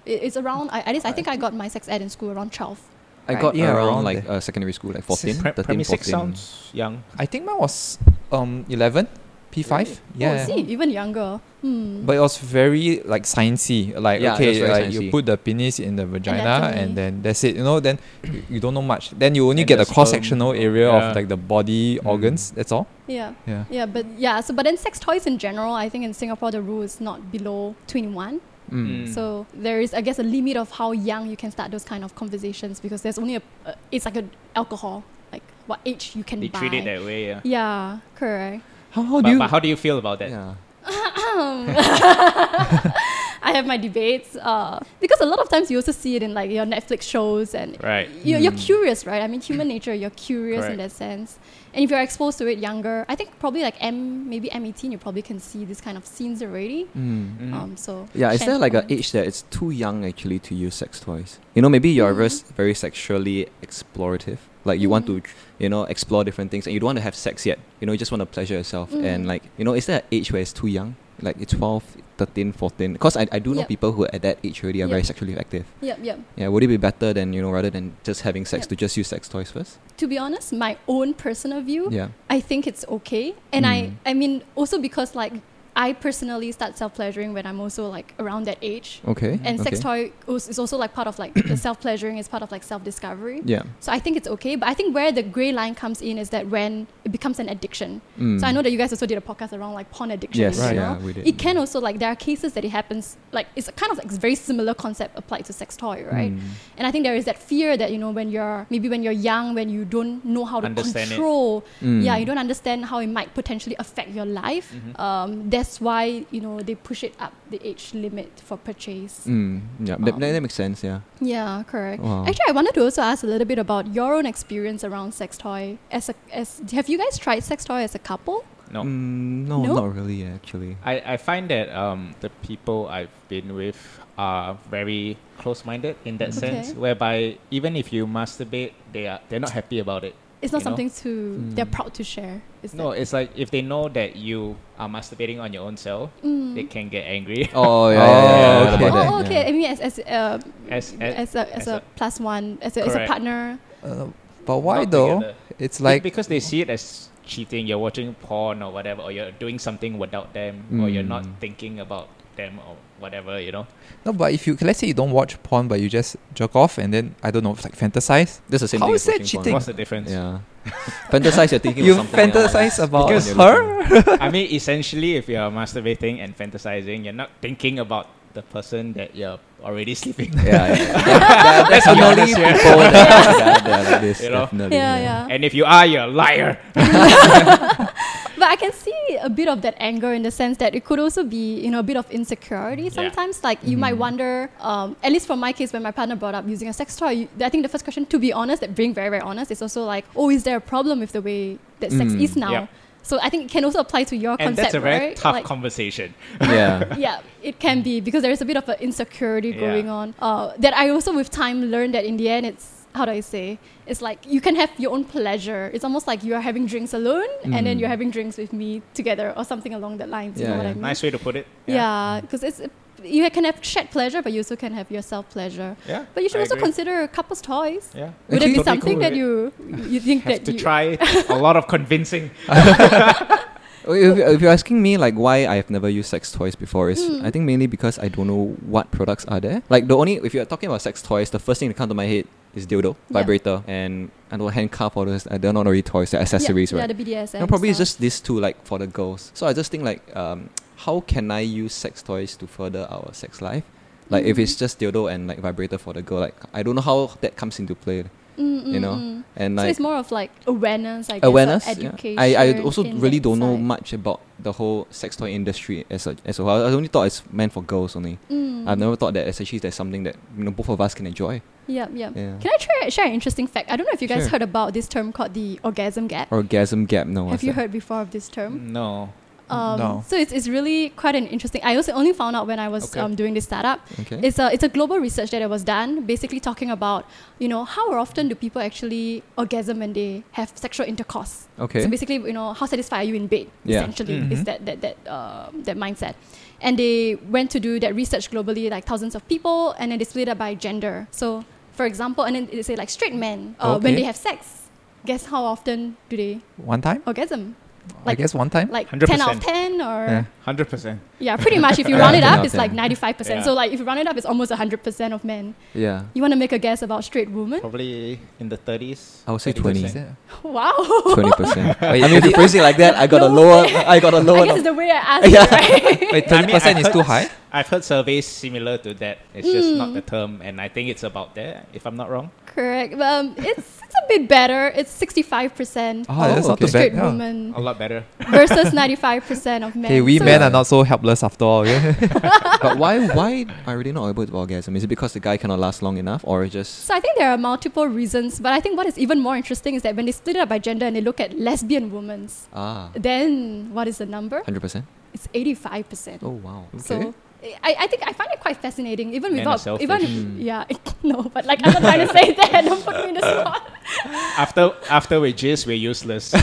S1: It, it's around. I, at least I think I got my sex ed in school around 12.
S2: I
S3: Right,
S2: got
S3: yeah,
S2: around
S3: around
S2: like
S3: there.
S2: uh, secondary school, like 14,
S4: Pre-
S2: 13,
S4: premise
S2: 14.
S4: six sounds young.
S3: I think mine was um eleven. P5? Yeah.
S1: Oh, see, even younger. Hmm.
S3: But it was very like sciencey. Like
S2: Yeah, it was
S3: okay,
S2: very
S3: like
S2: sciencey.
S3: you put the penis in the vagina
S1: anatomy.
S3: and then that's it. You know, then you, you don't know much. Then you only
S4: And
S3: get
S4: the
S3: the cross sectional
S4: sperm.
S3: area
S4: Yeah.
S3: of like the body organs. That's all.
S1: Yeah.
S3: Yeah.
S1: Yeah, but yeah, so but then sex toys in general, I think in Singapore the rule is not below 21.
S3: Mm.
S4: Mm.
S1: So there is, I guess, a limit of how young you can start those kind of conversations because there's only a, uh, it's like an alcohol, like what age you can
S5: They
S1: buy.
S5: treat it that way, yeah.
S1: Yeah, correct.
S3: How, how do
S5: But,
S3: you?
S5: but how do you feel about that?
S2: Yeah.
S1: I have my debates uh, because a lot of times you also see it in like your Netflix shows and
S5: Right.
S1: you're, you're
S2: Hmm.
S1: curious, right? I mean, human nature, you're curious in that
S5: Correct.
S1: sense. And if you're exposed to it younger, I think probably like M, maybe M18, you probably can see this kind of scenes already.
S3: Hmm.
S2: Mm.
S5: Mm.
S1: Um, so
S2: Yeah, is
S1: Shen
S2: there like an
S1: comments.
S2: age that it's too young actually to use sex toys? You know, maybe you're
S1: Mhm.
S2: vers- very sexually explorative. Like you want
S1: Mm-hmm.
S2: to, you know, explore different things and you don't want to have sex yet. You know, you just want to pleasure yourself. And
S1: Mm.
S2: like, you know, is there an age where it's too young? Like it's 12, 13, 14? Because I, I do know
S1: Yep.
S2: people who at that age already are very
S1: Yep.
S2: sexually active.
S1: Yep, yep.
S2: Yeah, would it be better than, you know, rather than just having sex
S1: Yep.
S2: to just use sex toys first?
S1: To be honest, my own personal view,
S2: Yeah.
S1: I think it's okay. And
S2: Mm.
S1: I, I mean, also because like I personally start self pleasuring when I'm also like around that age.
S2: Okay.
S1: And sex
S2: Mm-hmm. okay.
S1: toy is is also like part of like the self pleasuring is part of like self discovery.
S2: Yeah.
S1: So I think it's okay. But I think where the gray line comes in is that when it becomes an addiction.
S2: Mm.
S1: So I know that you guys also did a podcast around like porn addiction.
S2: Yes,
S1: in
S3: Right.
S1: general.
S2: yeah, we did.
S1: It can also like there are cases that it happens like it's a kind of like very similar concept applied to sex toy, right?
S2: Mm.
S1: And I think there is that fear that you know when you're maybe when you're young, when you don't know how to
S5: Understand it. Hmm.
S1: control,
S2: Mm.
S1: yeah, you don't understand how it might potentially affect your life.
S5: Mm-hmm.
S1: Um, that's why you know they push it up the age limit for purchase.
S2: Mm. Yeah, that,
S1: Um,
S2: that that makes sense, yeah.
S1: Yeah, correct.
S5: Oh.
S2: Wow.
S1: Actually, I wanted to also ask a little bit about your own experience around sex toy. As a, as have you guys tried sex toy as a couple?
S5: No.
S2: Mm, no,
S1: No?
S2: not really, actually.
S5: I, I find that um, the people I've been with are very close-minded in that sense,
S1: Okay.
S5: whereby even if you masturbate, they are they're not happy about it.
S1: It's not
S5: You know? Hmm.
S1: something to they're
S2: Mm.
S1: proud to share. Is
S5: No,
S1: that?
S5: it's like if they know that you are masturbating on your own self,
S1: Mm.
S5: they can get angry.
S2: Oh, yeah, yeah,
S3: yeah,
S2: yeah,
S3: yeah,
S2: about
S3: about
S2: that,
S1: Oh, okay. I mean, as as uh,
S5: As- as-
S1: as a as
S5: as
S1: a
S5: a-
S1: plus one as a, as a
S5: Correct.
S1: partner.
S3: Uh, but why
S5: Not
S3: though?
S5: together.
S3: It's
S5: Like
S3: like
S5: because they see it as cheating. You're watching porn or whatever, or you're doing something without them, or you're not
S2: Mm.
S5: thinking about them or whatever. You know.
S3: no. But if you let's say you don't watch porn, but you just jerk off and then I don't know, like fantasize.
S2: That's the same
S3: How
S2: thing.
S3: is
S2: as
S3: that
S2: watching porn.
S3: cheating?
S5: What's the difference?
S2: Yeah. fantasize you're thinking
S3: You
S2: of something else.
S3: fantasize about
S2: Because-
S3: her.
S5: I mean, essentially, if you're masturbating and fantasizing, you're not thinking about the person that you're already sleeping. with.
S2: Yeah, yeah. yeah. There- there
S5: Let's
S2: are
S5: be
S2: definitely
S5: honest here.
S2: people that, that, that like this,
S5: You know?
S2: definitely,
S1: Yeah, yeah.
S5: And if you are, you're a liar.
S1: But I can see a bit of that anger in the sense that it could also be, you know, a bit of insecurity. Sometimes, like you
S5: Mm-hmm.
S1: might wonder. Um, at least for my case, when my partner brought up using a sex toy, you, I think the first question, to be honest, that being very, very honest, is also like, oh, is there a problem with the way that sex
S2: Mm.
S1: is now?
S5: Yep.
S1: So I think it can also apply to your
S5: and
S1: concept,
S5: that's a very
S1: right?
S5: tough
S1: Like-
S5: conversation.
S2: Yeah.
S1: yeah, it can be because there is a bit of an insecurity
S5: Yeah.
S1: going on. Uh, that I also with time learned that in the end it's how do I say? It's like you can have your own pleasure. It's almost like you are having drinks alone and then
S2: Mm.
S1: you're having drinks with me together or something along that lines.
S2: Yeah,
S1: you know what
S2: yeah.
S1: I mean?
S5: Nice way to put it.
S1: Yeah, because it's you can have shared pleasure, but you also can have yourself pleasure.
S5: Yeah,
S1: But you should
S5: I
S1: also
S5: agree.
S1: consider couples toys.
S5: Yeah.
S1: Would it be
S2: Actually, totally
S1: something
S2: cool.
S1: that you you think
S5: Have
S1: that
S5: to
S1: you,
S5: try a lot of convincing.
S2: Oh, If, if you're asking me like why I have never used sex toys before, is
S1: Mm.
S2: I think mainly because I don't know what products are there. Like the only if you're talking about sex toys, the first thing that comes to my head is dildo,
S1: Yeah.
S2: vibrator, and I don't know, handcuff or those. uh, They're not really toys, they're
S1: yeah,
S2: accessories,
S1: yeah,
S2: right?
S1: the BDSM.
S2: No, probably it's
S1: stuff.
S2: just these two, like for the girls. So I just think like, um, how can I use sex toys to further our sex life? Like
S1: Mm-hmm.
S2: if it's just dildo and like vibrator for the girl, like I don't know how that comes into play,
S1: Mm, mm,
S2: you know.
S1: mm.
S2: And
S1: so
S2: like
S1: it's more of like awareness, I guess, or
S2: awareness. yeah.
S1: education.
S2: I, I also
S1: in
S2: really
S1: that
S2: don't know
S1: side.
S2: much about the whole sex toy industry as a, as a whole. I only thought it's meant for girls only.
S1: Mm.
S2: I've never thought that it's actually there's something that you know both of us can enjoy.
S1: Yep, yep.
S2: Yeah.
S1: Um, Can I try, share an interesting fact? I don't know if you guys
S2: Sure.
S1: heard about this term called the orgasm gap.
S2: Orgasm gap, no.
S1: Have
S2: what's
S1: you
S2: that?
S1: heard before of this term?
S5: No.
S1: Um,
S3: No.
S1: So it's, it's really quite an interesting. I also only found out when I was
S5: Okay.
S1: um, doing this startup.
S2: Okay.
S1: It's a it's a global research that it was done, basically talking about you know how often do people actually orgasm when they have sexual intercourse.
S2: Okay.
S1: So basically, you know, how satisfied are you in bed?
S2: Yeah.
S1: Essentially,
S3: Mhm.
S1: is that that that uh, that mindset. And they went to do that research globally, like thousands of people, and then they split it by gender. So, for example, and then they say like straight men uh, when
S3: Okay.
S1: they have sex, guess how often do they
S3: One time.
S1: orgasm?
S3: I
S1: Like-
S3: guess one time.
S1: Like
S4: 100%.
S1: 10 out of 10 or
S3: Yeah.
S1: yeah,
S4: 100%.
S1: pretty much. If you
S2: Yeah,
S1: round it
S2: 10 out
S1: up,
S2: of
S1: it's like
S2: 10.
S1: 95%.
S4: Yeah.
S1: So like if you round it up, it's almost 100% of men.
S2: Yeah.
S1: You want to make a guess about straight women?
S4: Probably in the 30s.
S2: I would say
S4: 20.
S2: 20.
S1: Wow.
S2: 20%. I mean, if you phrase it like that, I got a lower, I got a
S1: I
S2: lower
S1: guess it's
S2: number.
S1: the way I asked
S2: Yeah.
S1: it, right?
S4: I
S3: Wait,
S4: mean,
S3: thirty percent
S4: I
S3: is too
S4: heard-
S3: high.
S4: I've heard surveys similar to that. It's just not
S1: Mm.
S4: the term, and I think it's about there, if I'm not wrong.
S1: Correct. Um, it's it's a bit better. It's 65%
S3: Oh, that's not
S2: okay.
S3: too bad.
S1: straight
S3: Yeah.
S1: women
S4: A lot better.
S1: versus 95% of men.
S3: Okay, we
S1: So
S3: men are not so helpless after all. Yeah.
S2: But why, why are they not able to orgasm? Is it because the guy cannot last long enough, or it's just
S1: So I think there are multiple reasons, but I think what is even more interesting is that when they split it up by gender and they look at lesbian women,
S2: ah,
S1: then what is the number?
S2: hundred percent?
S1: It's 85%.
S2: Oh wow.
S1: So I, I think I find it quite fascinating, even
S4: Men are
S1: without
S4: selfish. Hmm.
S1: even
S2: Mm.
S1: yeah no, but like I'm not trying to say that. Don't put me in the
S4: Uh,
S1: spot.
S4: After after we jizz, we're useless.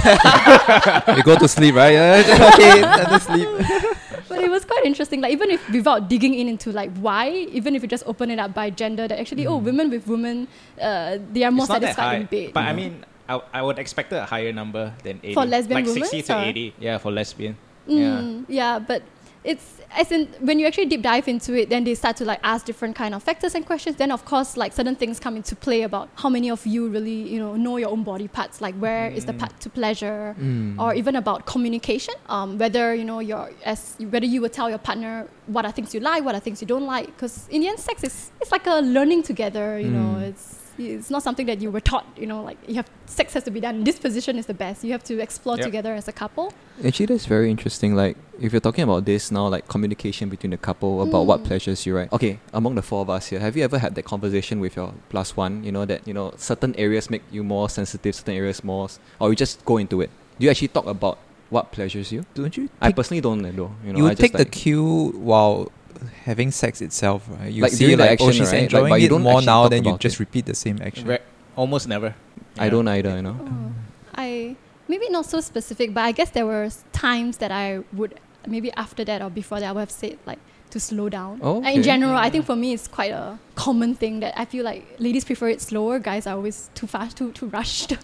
S3: you go to sleep, right? Yeah. okay, time to sleep.
S1: But it was quite interesting. Like even if without digging in into like why, even if you just open it up by gender, that actually oh women with women, uh, they are more
S4: Hmm. it's not that
S1: satisfied
S4: high,
S1: in bed.
S4: But I mean, I, I would expect a higher number than 80.
S1: For lesbian
S4: Like
S1: women,
S4: 60 to
S1: or-
S4: 80. Yeah, for lesbian. Yeah.
S1: Mm, yeah. but it's as in when you actually deep dive into it, then they start to like ask different kind of factors and questions. Then of course, like certain things come into play about how many of you really you know know your own body parts, like where is the
S4: Mm.
S1: path to pleasure,
S2: Hmm.
S1: or even about communication, um, whether you know your as whether you will tell your partner what are things you like, what are things you don't like, because in the end, sex is it's like a learning together. You know,
S4: Mm.
S1: it's. It's not something that you were taught, you know, like you have sex has to be done. This position is the best. You have to explore
S4: Yep.
S1: together as a couple.
S2: Actually, that's very interesting. Like, if you're talking about this now, like communication between the couple about what
S1: Mm.
S2: pleasures you, right? Okay, among the four of us here, have you ever had that conversation with your plus one? You know that you know certain areas make you more sensitive, certain areas more, s- or you just go into it. Do you actually talk about what pleasures you?
S3: Don't you?
S2: I personally don't eh, though. You know,
S3: you
S2: I just
S3: take the
S2: like-
S3: cue while having sex itself, right? You
S2: Like
S3: see,
S2: during the
S3: like, oh,
S2: action,
S3: she's
S2: right? Like,
S3: enjoying
S2: but you
S3: it
S2: don't
S3: more
S2: actually
S3: now,
S2: talk
S3: then you
S2: about
S3: just
S2: it.
S3: repeat the same action.
S4: Re- almost never.
S2: I
S4: Yeah.
S2: don't either. You know.
S3: Mm.
S1: Oh, I maybe not so specific, but I guess there were s- times that I would maybe after that or before that I would have said like to slow down.
S2: Oh,
S1: Like,
S2: okay.
S1: In general, I think for me it's quite a common thing that I feel like ladies prefer it slower. Guys are always too fast, too too rushed.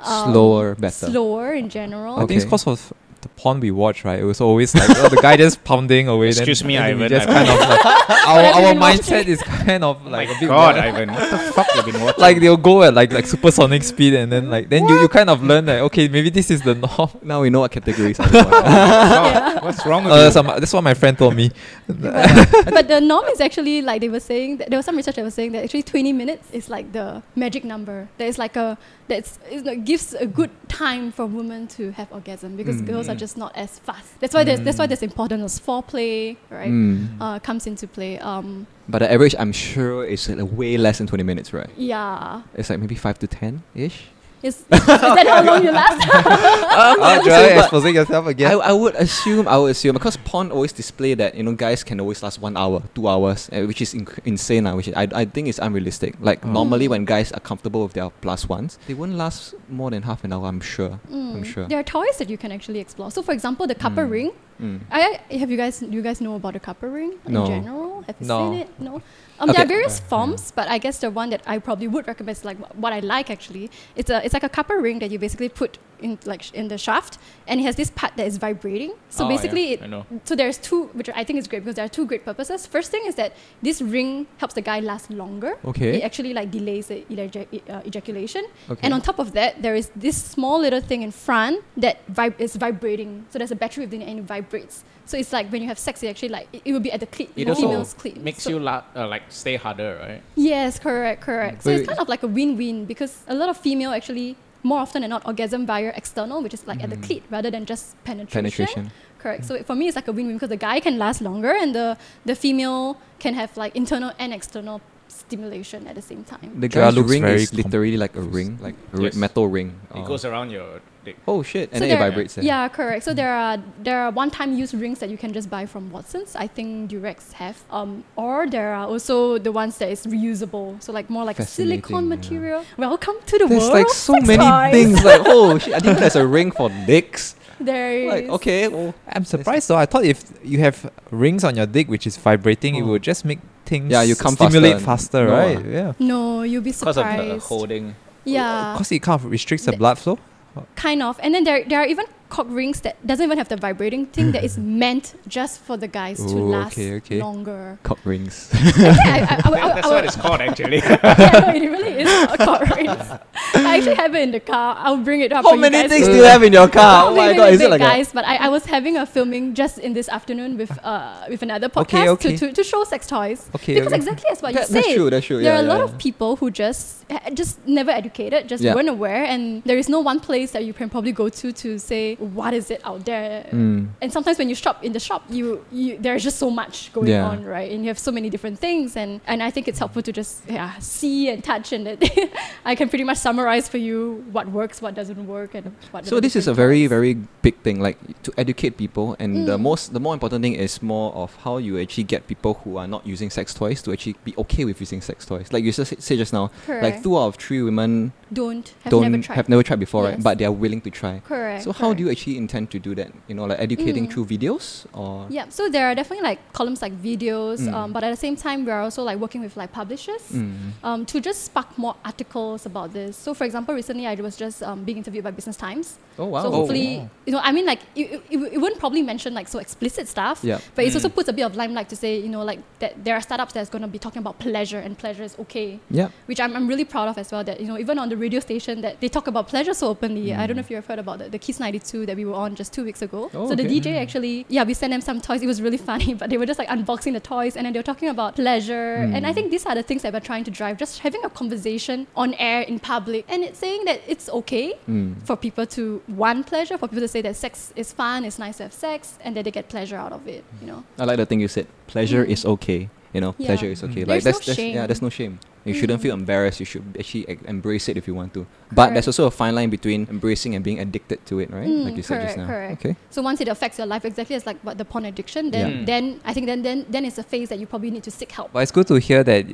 S1: Um,
S2: Slower, better.
S1: Slower in general.
S3: I think it's
S2: Okay.
S3: because of the porn we watch, right? It was always like oh, the guy just pounding away. then-
S4: Excuse me,
S3: then we
S4: Ivan,
S3: Just
S4: Ivan.
S3: kind of like, our
S1: I've
S3: our
S1: been
S3: mindset
S1: watching.
S3: is kind of like a bit
S4: God,
S3: more-
S4: Ivan, what the fuck have you been watching?
S3: like they'll go at like like supersonic speed, and then like then you, you kind of learn that okay maybe this is the norm.
S2: Now we know what categories are. for.
S4: Oh, what's wrong with
S3: Uh,
S4: you?
S3: that's, what my, that's what my friend told me.
S1: but the norm is actually like they were saying that there was some research that was saying that actually 20 minutes is like the magic number that is like a that's it's like gives a good time for women to have orgasm because
S2: Mm,
S1: girls are just not as fast that's why there's that's why there's importance as foreplay right
S2: Mm.
S1: uh, comes into play um
S2: But the average, I'm sure, is uh, way less than 20 minutes, right?
S1: yeah
S2: It's like maybe five to ten ish.
S1: is, is that how long you last Oh,
S3: Uh,
S2: not saying, but-
S3: exposing yourself again.
S2: I, I would assume, I would assume, because porn always display that, you know, guys can always last one hour, two hours, eh, which is inc- insane, uh, which I, I think is unrealistic. Like,
S4: Oh.
S3: Mm.
S2: normally when guys are comfortable with their plus ones, they wouldn't last more than half an hour, I'm sure. I'm
S1: Mm.
S2: sure.
S1: there are toys that you can actually explore so for example the copper
S3: Mm.
S1: ring
S4: Hmm.
S2: Mm.
S1: I have you guys. Do you guys know about the copper ring
S2: No.
S1: in general? Have you
S3: No.
S1: seen it? No. Um, There
S2: Okay.
S1: are various forms, but I guess the one that I probably would recommend is like wh- what I like actually. It's a it's like a copper ring that you basically put in like sh- in the shaft, and it has this part that is vibrating. So
S4: Oh, yeah,
S1: basically,
S4: I
S1: it
S4: know.
S1: so there's two, which I think is great because there are two great purposes. First thing is that this ring helps the guy last longer.
S2: Okay.
S1: It actually like delays the ejac- e- uh, ejaculation.
S2: Okay.
S1: And on top of that, there is this small little thing in front that vib- is vibrating. So there's a battery within it and it vibrates. So it's like when you have sex, it actually like it, it will be at the clit,
S4: It
S1: the
S4: also
S1: female's clit.
S4: makes
S1: So-
S4: you la- uh, like stay harder, right?
S1: Yes, correct, correct. So
S2: Wait,
S1: it's kind of like a win-win because a lot of female actually more often than not orgasm via external, which is like at the clit rather than just
S2: Penetration.
S1: Correct. So it- for me, it's like a win-win because the guy can last longer and the the female can have like internal and external stimulation at the same time.
S2: The
S3: Yeah,
S2: guy's
S3: looks
S2: ring
S3: very
S2: is literally like a ring, like a ri-
S4: Yes.
S2: metal ring.
S4: It goes around your dick.
S2: oh shit, and
S1: So
S2: then it
S1: there-
S2: vibrates. eh?
S1: Yeah, correct. So there are there are one-time use rings that you can just buy from Watsons. I think Durex have. Um, or there are also the ones that is reusable. So like more like
S2: Fascinating,
S1: silicone
S2: yeah.
S1: material. Welcome to the
S2: There's
S1: world.
S2: like
S1: of
S2: so
S1: sex
S2: many
S1: toys.
S2: things. Like, oh shit, I think there's a ring for dicks.
S1: There is.
S2: Like, okay, well,
S3: I'm surprised though. I thought if you have rings on your dick which is vibrating, it
S2: Oh.
S3: would just make things
S2: Yeah, you come
S3: stimulate
S2: faster.
S3: faster,
S2: No,
S3: right?
S2: ah.
S3: Yeah,
S1: No, you'll be
S4: Because
S1: surprised.
S4: of the holding.
S1: Yeah,
S3: because it kind of restricts the
S1: The-
S3: blood flow.
S1: kind of. And then there there are even cock rings that doesn't even have the vibrating thing that is meant just for the guys to
S2: Ooh,
S1: last
S2: okay, okay.
S1: longer.
S2: Cock rings.
S1: Actually, I, I, I, would- I, would-
S5: That's
S1: I
S5: what
S1: would-
S5: it's called, actually.
S1: yeah, no, it really is a cock rings. I actually have it in the car. I'll bring it up.
S2: How
S1: for you
S2: many
S1: guys.
S2: things do you have in your car? Oh
S1: Probably
S2: my
S1: really
S2: god, is
S1: big
S2: it like a
S1: guys, but I, I was having a filming just in this afternoon with uh, with another
S2: Okay,
S1: podcast
S2: okay.
S1: To, to, to show sex toys.
S2: Okay,
S1: because
S2: okay.
S1: exactly as what
S2: That-
S1: you
S2: that's
S1: say,
S2: true, that's true,
S1: there
S2: yeah,
S1: are a lot
S2: yeah, yeah.
S1: of people who just eh, just never educated, just
S2: Yeah.
S1: weren't aware, and there is no one place that you can probably go to to say what is it out there.
S2: Mm.
S1: And sometimes when you shop in the shop, you, you there's just so much going
S2: Yeah.
S1: on, right? And you have so many different things, and, and I think it's helpful to just yeah see and touch, and that I can pretty much summarize for you what works, what doesn't work, and what. are
S2: So
S1: the
S2: this is a
S1: different
S2: very
S1: toys.
S2: very big thing, like to educate people, and the
S1: Mm.
S2: most the more important thing is more of how you actually get people who are not using sex toys to actually be okay with using sex toys. Like you just say just now, like
S1: Correct.
S2: two out of three women
S1: don't have
S2: don't
S1: never tried.
S2: have never tried before, right?
S1: Yes.
S2: But they are willing to try.
S1: correct.
S2: So how do you actually intend to do that? You know, like educating
S1: Mm.
S2: through videos or
S1: Yeah, so there are definitely like columns like videos,
S2: Mm.
S1: um, but at the same time, we are also like working with like publishers.
S2: Mm.
S1: Um, to just spark more articles about this. So, for example, recently I was just um, being interviewed by Business Times.
S2: Oh wow.
S1: So
S2: Oh.
S1: hopefully, you know, I mean, like it, it, it wouldn't probably mention like so explicit stuff,
S2: Yeah.
S1: but it also
S2: Mm.
S1: puts a bit of limelight to say, you know, like that there are startups that's going to be talking about pleasure and pleasure is okay,
S2: Yeah.
S1: which I'm, I'm really proud of as well. That you know, even on the radio station that they talk about pleasure so openly. I don't know if you have heard about the, the Kiss 92 that we were on just two weeks ago.
S2: Mm. Oh,
S1: so the
S2: okay.
S1: DJ actually, yeah, we sent them some toys. It was really funny, but they were just like unboxing the toys and then they were talking about pleasure.
S2: Mm.
S1: And I think these are the things that we're trying to drive. Just having a conversation on air in public and it's saying that it's okay
S2: Mm.
S1: for people to want pleasure, for people to say that sex is fun, it's nice to have sex, and that they get pleasure out of it. You know.
S2: I like the thing you said. Pleasure
S1: Mm.
S2: is okay. You know,
S1: Yeah.
S2: pleasure is okay.
S3: Mm.
S2: Like
S1: There's
S2: that's,
S1: no
S2: that's yeah,
S1: shame. Mm.
S2: there's no shame. You shouldn't feel embarrassed. You should actually e- embrace it if you want to. But there's
S1: Correct.
S2: also a fine line between embracing and being addicted to it, right?
S1: Mm,
S2: like you said just
S1: correct,
S2: now.
S1: correct.
S2: Okay.
S1: So once it affects your life exactly as like what the porn addiction, then
S2: Yeah.
S1: then I think then then then it's a phase that you probably need to seek help.
S3: But it's good to hear that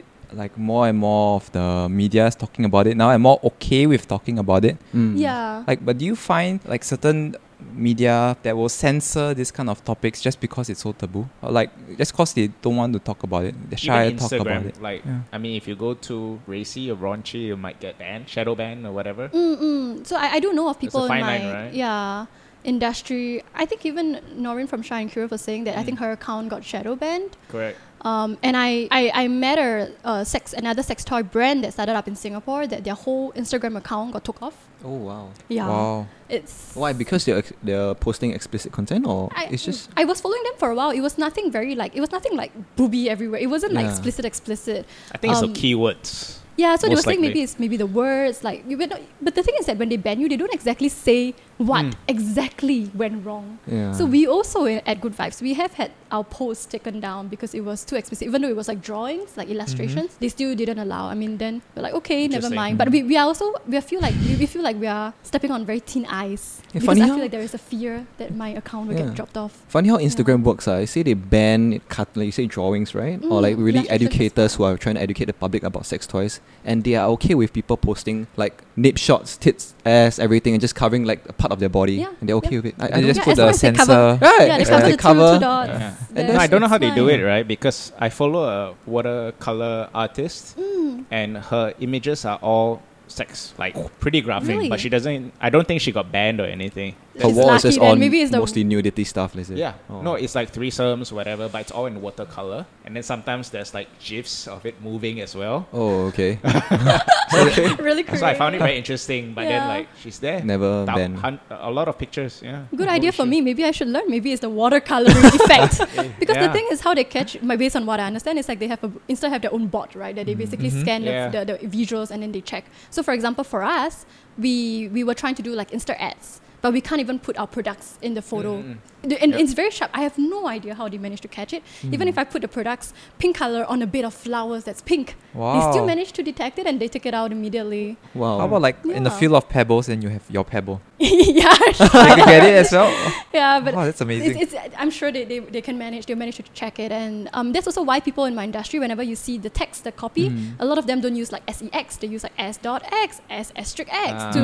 S3: like more and more of the media's talking about it now and more okay with talking about it.
S2: Mm.
S1: Yeah.
S3: Like but do you find like certain media that will censor this kind of topics just because it's so taboo? Or like just because they don't want to talk about it. They're shy
S5: Even
S3: to talk about it.
S5: Instagram, like
S3: Yeah.
S5: I mean, if you go to racy or raunchy, you might get banned, shadow banned, or whatever.
S1: Mm-mm. Mm, So I, I do know of people in my
S5: fine line, right?
S1: yeah industry. I think even Noreen from Shine Cure was saying that I think her account got shadow banned.
S5: Correct.
S1: Um, and I, I, I met a, uh sex another sex toy brand that started up in Singapore that their whole Instagram account got took off.
S2: Oh wow.
S1: Yeah.
S3: Wow.
S1: It's
S2: Why? Because they're ex- they're posting explicit content, or
S1: I,
S2: it's just
S1: I was following them for a while. It was nothing very like it was nothing like booby everywhere. It wasn't like
S2: Yeah.
S1: explicit, explicit.
S5: I think it's
S1: Um,
S5: the keywords.
S1: Yeah, so they were
S5: Most
S1: saying
S5: likely.
S1: maybe it's maybe the words like you but, but the thing is that when they ban you, they don't exactly say what
S5: Mm.
S1: exactly went wrong.
S2: yeah.
S1: mm. So we also in- at Good Vibes we have had our posts taken down because it was too explicit. Even though it was like drawings, like illustrations,
S2: Mm-hmm.
S1: they still didn't allow. I mean, then we're like, okay, never
S5: Interesting.
S1: mind. But we, we are also we feel like we, we feel like we are stepping on very thin ice
S2: Yeah,
S1: because
S2: funny
S1: I
S2: how-
S1: feel like there is a fear that my account will
S2: Yeah.
S1: get dropped off.
S2: Funny how Instagram works. Uh. You say they ban it cut, like you say drawings, right? or
S1: Mm,
S2: like really
S1: illustrations.
S2: educators who are trying to educate the public about sex toys, and they are okay with people posting like nip shots, tits, ass, everything, and just covering like a part of their body,
S1: Yeah,
S2: and they're okay
S1: yeah.
S2: with it. I,
S3: They
S2: I don't
S3: just
S1: Yeah,
S3: put
S1: as
S3: the
S1: long as they cover-
S3: censor.
S2: Right.
S1: yeah, they
S2: explicit
S1: cover the
S2: cover.
S1: two, two dots.
S5: Yeah.
S1: then
S5: No, I don't know how they do
S1: oh, it's
S5: it, right? Because I follow a watercolor artist,
S1: Hmm.
S5: and her images are all sex, like pretty graphic.
S1: Really?
S5: But she doesn't. I don't think she got banned or anything.
S2: Her
S1: It's
S2: wall is
S1: lucky
S2: just
S1: then.
S2: on
S1: Maybe it's the-
S2: mostly nudity stuff, is it?
S5: Yeah.
S2: Oh.
S5: No, it's like threesomes, whatever. But it's all in watercolor, and then sometimes there's like gifs of it moving as well.
S2: Oh, okay.
S1: really creative.
S5: So I found it very interesting. But then
S1: Yeah.
S5: like she's there.
S2: Never
S5: Thou-
S2: banned.
S5: hun- a lot of pictures. Yeah.
S1: Good
S5: Holy
S1: idea for
S5: shit.
S1: me. Maybe I should learn. Maybe it's the watercoloring effect. Because the
S5: Yeah.
S1: thing is, how they catch, my based on what I understand, is like they have a, instead have their own bot, right? That they basically scan the-
S5: Mm-hmm. Yeah.
S1: the, the visuals and then they check. So for example, for us, we we were trying to do like Insta ads, but we can't even put our products in the photo.
S4: Mm-hmm.
S1: The- And
S5: Mm. Yep.
S1: it's very sharp. I have no idea how they managed to catch it. Even if I put the products pink color on a bed of flowers that's pink, they still
S3: Hmm. Wow.
S1: managed to detect it and they took it out immediately.
S2: wow.
S3: How about like in the
S1: Yeah.
S3: field of pebbles and you have your pebble?
S1: yeah,
S3: Like you get it as well?
S1: yeah, but
S3: wow, that's amazing.
S1: It's, it's, I'm sure they, they, they can manage. They manage to check it, and um, that's also why people in my industry, whenever you see the text, the copy,
S3: Mm. Hmm.
S1: a lot of them don't use like sex. They use like s
S3: Ah. Mm.
S1: dot x, s asterisk x to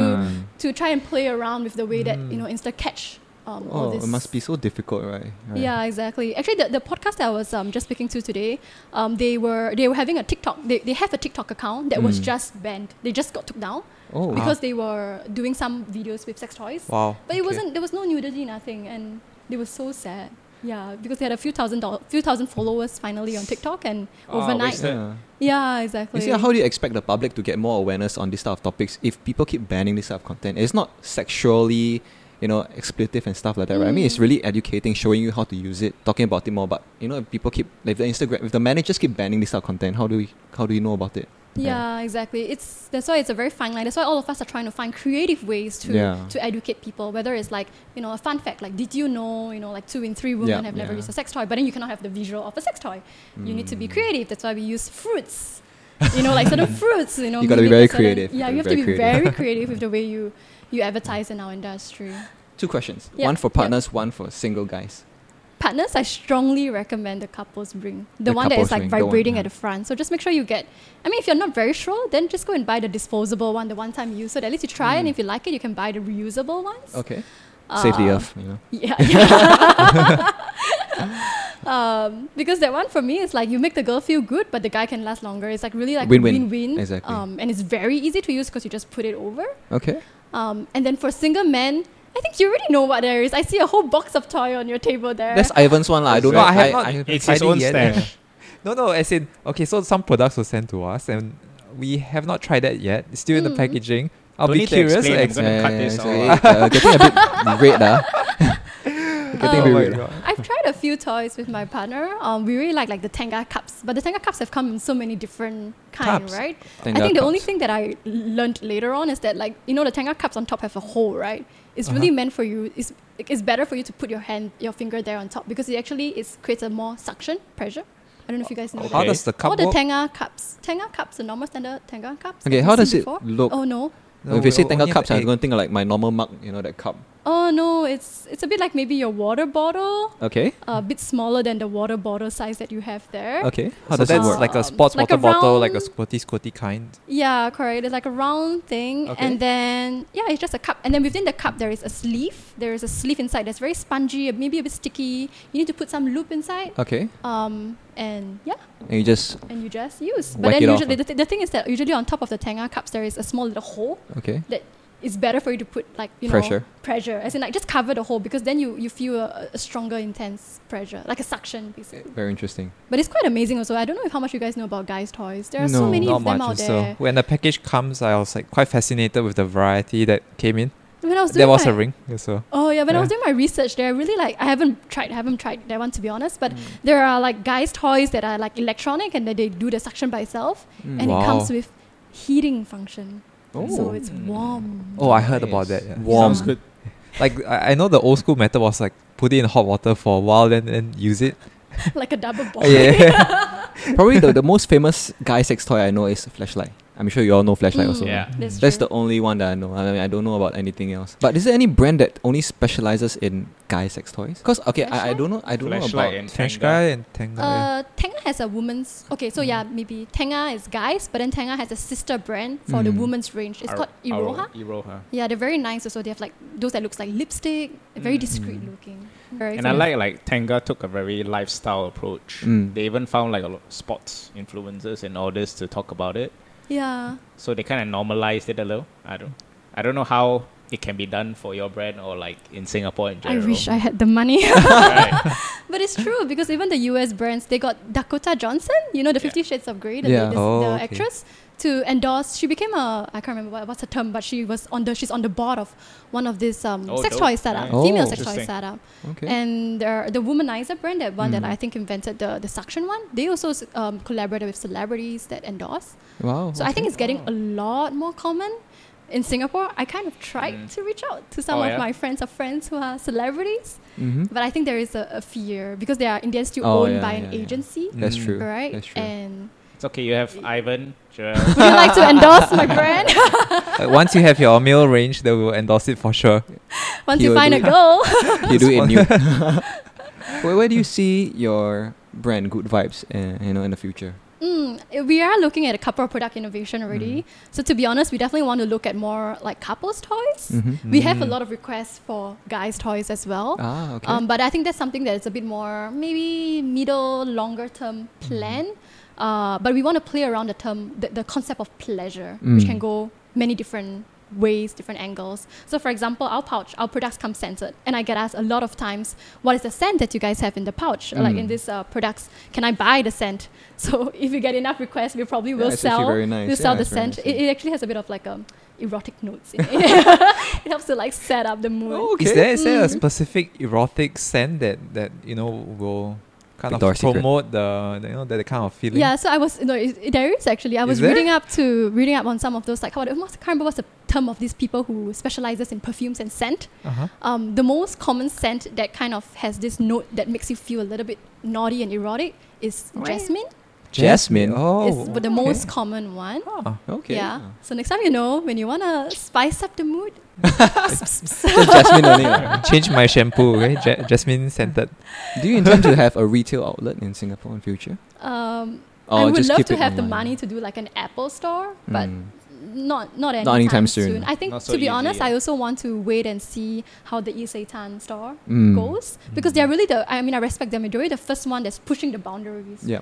S1: to try and play around with the way that you know Insta catch um, all
S2: Oh,
S1: this.
S2: it must be so difficult, right? Right.
S1: Yeah, exactly. Actually, the, the podcast that I was um, just speaking to today, um, they were they were having a TikTok. They, they have a TikTok account that was
S2: Mm.
S1: just banned. They just got took down
S2: Oh.
S1: because they were doing some videos with sex toys.
S2: wow.
S1: But it wasn't. There was no nudity, nothing, and they were so sad. Yeah, because they had a few thousand doll- few thousand followers finally on TikTok, and
S4: Ah,
S1: overnight.
S4: wasted.
S2: Yeah.
S1: Yeah, exactly.
S2: You see, how do you expect the public to get more awareness on these type of topics if people keep banning this type of content? It's not sexually, you know, expletive and stuff like that, right? I mean, it's
S1: Mm.
S2: really educating, showing you how to use it, talking about it more. But you know, if people keep, if the Instagram, if the managers keep banning this type of content, how do we, how do you know about it?
S1: Yeah, exactly. It's that's why it's a very fine line. That's why all of us are trying to find creative ways to
S2: Yeah.
S1: to educate people. Whether it's like you know a fun fact, like did you know you know like two in three women
S2: Yeah,
S1: have never
S2: yeah.
S1: used a sex toy, but then you cannot have the visual of a sex toy. You need
S2: Mm.
S1: to be creative. That's why we use fruits. You know, like certain fruits. You know,
S2: You gotta be
S1: mimic a
S2: very
S1: certain-
S2: creative.
S1: Yeah,
S2: Gotta
S1: you
S2: be
S1: have to be
S2: very creative.
S1: very creative with the way you you advertise in our industry.
S2: Two questions.
S1: Yeah,
S2: One for
S1: yeah.
S2: partners, one for single guys.
S1: Partners, I strongly recommend the couples ring, the,
S2: The
S1: one that is
S2: couples
S1: like
S2: ring, the one,
S1: vibrating
S2: yeah.
S1: at the front. So just make sure you get. I mean, if you're not very sure, then just go and buy the disposable one, the one-time use. So that at least you try, and if you like it, you can buy the reusable ones.
S2: Okay. Mm. Save the
S1: Uh,
S2: earth. You know.
S1: Yeah. yeah. um, because that one for me is like you make the girl feel good, but the guy can last longer. It's like really like
S2: Win-win.
S1: win-win.
S2: Exactly.
S1: Um, and it's very easy to use because you just put it over.
S2: Okay.
S1: Um, and then for single men, I think you already know what there is. I see a whole box of toy on your table there.
S2: That's Ivan's one, lah. I don't
S3: No,
S2: know.
S3: I have not-
S2: have-
S4: It's his
S3: Friday
S4: own
S3: yet.
S4: stash.
S3: No, no, as in, okay, so some products were sent to us and we have not tried that yet. It's still in
S1: Mm.
S3: the packaging. I'll
S4: Don't
S3: be
S4: need to
S3: curious.
S4: explain,
S3: ex-
S4: I'm gonna cut this
S2: it's
S4: all
S2: okay.
S4: out.
S2: Uh, getting a bit red, ah. getting a
S1: Oh
S2: bit
S1: my
S2: red. ah.
S1: I've tried a few toys with my partner. Um, we really like like the Tenga cups, but the Tenga cups have come in so many different kind,
S3: Cups?
S1: right?
S2: Tenga
S1: I think the
S2: cups.
S1: only thing that I learned later on is that like you know the Tenga cups on top have a hole, right? It's
S2: Uh-huh.
S1: really meant for you. It's it's better for you to put your hand, your finger there on top because it actually is creates a more suction pressure. I don't know if you guys know
S3: How
S4: Okay.
S1: that.
S3: does the cup
S1: All the
S3: work?
S1: Tenga cups, Tenga cups, the normal standard Tenga cups.
S2: Okay,
S1: Have
S2: how
S1: you
S2: does
S1: seen
S2: it
S1: before?
S2: look?
S1: Oh no.
S3: No,
S2: if you say
S3: we
S2: Tenga
S3: only have
S2: cups, I'm
S3: egg.
S2: going to think of like my normal mug, you know, that cup.
S1: Oh no, it's it's a bit like maybe your water bottle,
S2: Okay.
S1: a bit smaller than the water bottle size that you have there.
S2: Okay.
S3: So
S1: does it
S3: that's
S1: work?
S3: like
S1: Um,
S3: a sports
S1: like
S3: water
S1: a
S3: bottle, like a
S1: round-
S3: squirty squirty kind.
S1: Yeah, correct. It's like a round thing,
S3: Okay.
S1: and then yeah, it's just a cup. And then within the cup, there is a sleeve. There is a sleeve inside that's very spongy, maybe a bit sticky. You need to put some loop inside.
S2: Okay.
S1: Um, and yeah,
S2: And you just
S1: and you just use.
S2: Whack
S1: But then
S2: it off,
S1: usually
S2: ah.
S1: the, th- the thing is that usually on top of the tanga cups there is a small little hole
S2: okay.
S1: that is better for you to put like you
S2: Pressure.
S1: know pressure. As in like just cover the hole because then you you feel a, a stronger intense pressure, like a suction basically.
S2: Very interesting.
S1: But it's quite amazing also. I don't know if how much you guys know about guys' toys. There are so
S2: No,
S1: many
S3: Not
S1: of them
S3: much.
S1: out
S3: So
S1: there.
S3: when the package comes, I was like quite fascinated with the variety that came in.
S1: When I was
S3: There
S1: doing
S3: was a
S1: my-
S3: ring. yeah, So
S1: Oh yeah, when I was
S3: Yeah.
S1: doing my research there, I really like I haven't tried haven't tried that one to be honest, but
S4: Mm.
S1: there are like guys' toys that are like electronic and that they do the suction by itself
S3: Hmm.
S2: Mm.
S1: and it comes
S3: Wow.
S1: with heating function. So
S2: Oh.
S1: it's warm.
S3: oh, I heard about
S4: Nice.
S3: that. yeah.
S2: Warm.
S4: Sounds good.
S3: Like I, I know the old school method was like put it in hot water for a while, then then use it.
S1: like a double ball.
S3: yeah.
S2: Probably the, the most famous guy sex toy I know is flashlight. I'm sure you all know flashlight
S1: Mm.
S2: also.
S4: Yeah.
S1: That's,
S2: That's
S1: true.
S2: the only one that I know. I mean, I don't know about anything else. But is there any brand that only specializes in guy sex toys? Because okay, I, I
S1: Flashlight?
S2: don't know. I don't know
S4: Flashlight
S2: about.
S4: and
S3: Tench
S4: Tenga.
S3: guy and Tenga. yeah.
S1: uh, Tenga has a woman's okay, so yeah, maybe Tenga is guys, but then Tenga has a sister brand for the
S2: Mm.
S1: women's range. It's
S4: Ar-
S1: called Iroha.
S4: Aro- Iroha.
S1: Yeah, they're very nice also. They have like those that looks like lipstick,
S3: Mm.
S1: very discreet looking. Very
S4: Mm. And I
S1: feminine.
S4: like like Tenga took a very lifestyle approach.
S2: Mm.
S4: They even found like a lot of sports influencers and all this to talk about it.
S1: Yeah.
S4: So they kind of normalized it a little. I don't, I don't know how it can be done for your brand or like in Singapore in
S1: I
S4: general.
S1: wish I had the money.
S4: Right.
S1: But it's true because even the US brands, they got Dakota Johnson, you know, the Fifty Shades of Grey, the,
S2: Yeah.
S1: latest-
S3: Oh,
S1: the
S3: okay.
S1: actress, to endorse. She became a I can't remember what, what's her term, but she was on the she's on the board of one of these um,
S4: Oh,
S1: sex
S4: dope.
S1: toy startup,
S2: Nice.
S1: female
S2: Oh.
S1: sex toy
S4: Interesting.
S1: startup,
S2: Okay.
S1: and the, the Womanizer brand, that one that
S2: Mm.
S1: I think invented the the suction one. They also um, collaborated with celebrities that endorse.
S2: Oh, wow.
S1: So I think it's getting a lot more common. In Singapore, I kind of tried
S4: Mm.
S1: to reach out to some
S4: Oh,
S1: of
S4: yeah?
S1: my friends or friends who are celebrities.
S2: hmm
S1: But I think there is a, a fear because they are in the end still
S2: Oh,
S1: owned
S2: yeah,
S1: by
S2: yeah,
S1: an
S2: yeah.
S1: agency,
S2: That's
S3: Mm.
S2: true.
S1: right?
S2: That's true.
S1: And
S4: it's okay. You have Ivan, Joel.
S1: would you like to endorse my brand Mm.
S3: Uh, once you have your male range, then we will endorse it for sure.
S1: once
S2: He
S1: you
S2: will
S1: find
S2: do
S1: a girl?
S2: you do it new. where, where do eh, you see your brand good vibes, uh, you know, in the future?
S1: Mm, we are looking at a couple of product innovation
S2: Mm.
S1: already. So to be honest, we definitely want to look at more like couples toys.
S2: Mm. Mm-hmm.
S1: We have
S3: Mm.
S1: a lot of requests for guys toys as well.
S2: Ah, okay.
S1: Um, but I think that's something that is a bit more maybe middle longer term plan.
S2: Mm-hmm.
S1: Uh, but we want to play around the term the, the concept of pleasure,
S2: Mm.
S1: which can go many different ways, different angles. So for example, our pouch, our products come scented, and I get asked a lot of times, "What is the scent that you guys have in the pouch?
S2: Mm.
S1: Like in these uh, products, can I buy the scent?" So if we get enough requests, we probably will
S2: it's actually
S1: sell.
S2: very nice.
S1: We'll sell
S2: Yeah,
S1: the
S2: it's very
S1: scent.
S2: nice,
S1: It,
S2: yeah.
S1: it actually has a bit of like um, erotic notes in it. it helps to like set up the mood.
S3: Oh, Is there is there a
S1: Mm.
S3: specific erotic scent that that you know will kind of
S2: Victoria's Secret.
S3: promote the, the you know that kind of feeling?
S1: Yeah, so I was no, it, it- there is actually. I
S3: Is
S1: was
S3: there?
S1: reading up to reading up on some of those like how I almost can't remember what's the term of these people who specializes in perfumes and scent.
S3: Uh-huh.
S1: Um, the most common scent that kind of has this note that makes you feel a little bit naughty and erotic is jasmine.
S2: Jasmine.
S3: Oh,
S1: is the most common one.
S3: Ah,
S2: Okay.
S1: yeah. So next time you know when you wanna spice up the mood,
S2: Just Jasmine only. lah.
S3: Change my shampoo, okay? Ja- jasmine scented.
S2: Do you intend to have a retail outlet in Singapore in future?
S1: um,
S2: Or
S1: I would
S2: Oh, just
S1: love
S2: keep
S1: to
S2: it
S1: have the
S2: online?
S1: money to do like an Apple store, but
S2: Mm.
S1: not not anytime,
S2: anytime soon.
S1: I think
S4: Not so
S1: to be
S4: easy,
S1: honest,
S4: yeah.
S1: I also want to wait and see how the East Seitan store
S2: Mm.
S1: goes because they're really the. I mean, I respect them. They're really the first one that's pushing the boundaries.
S2: Yeah.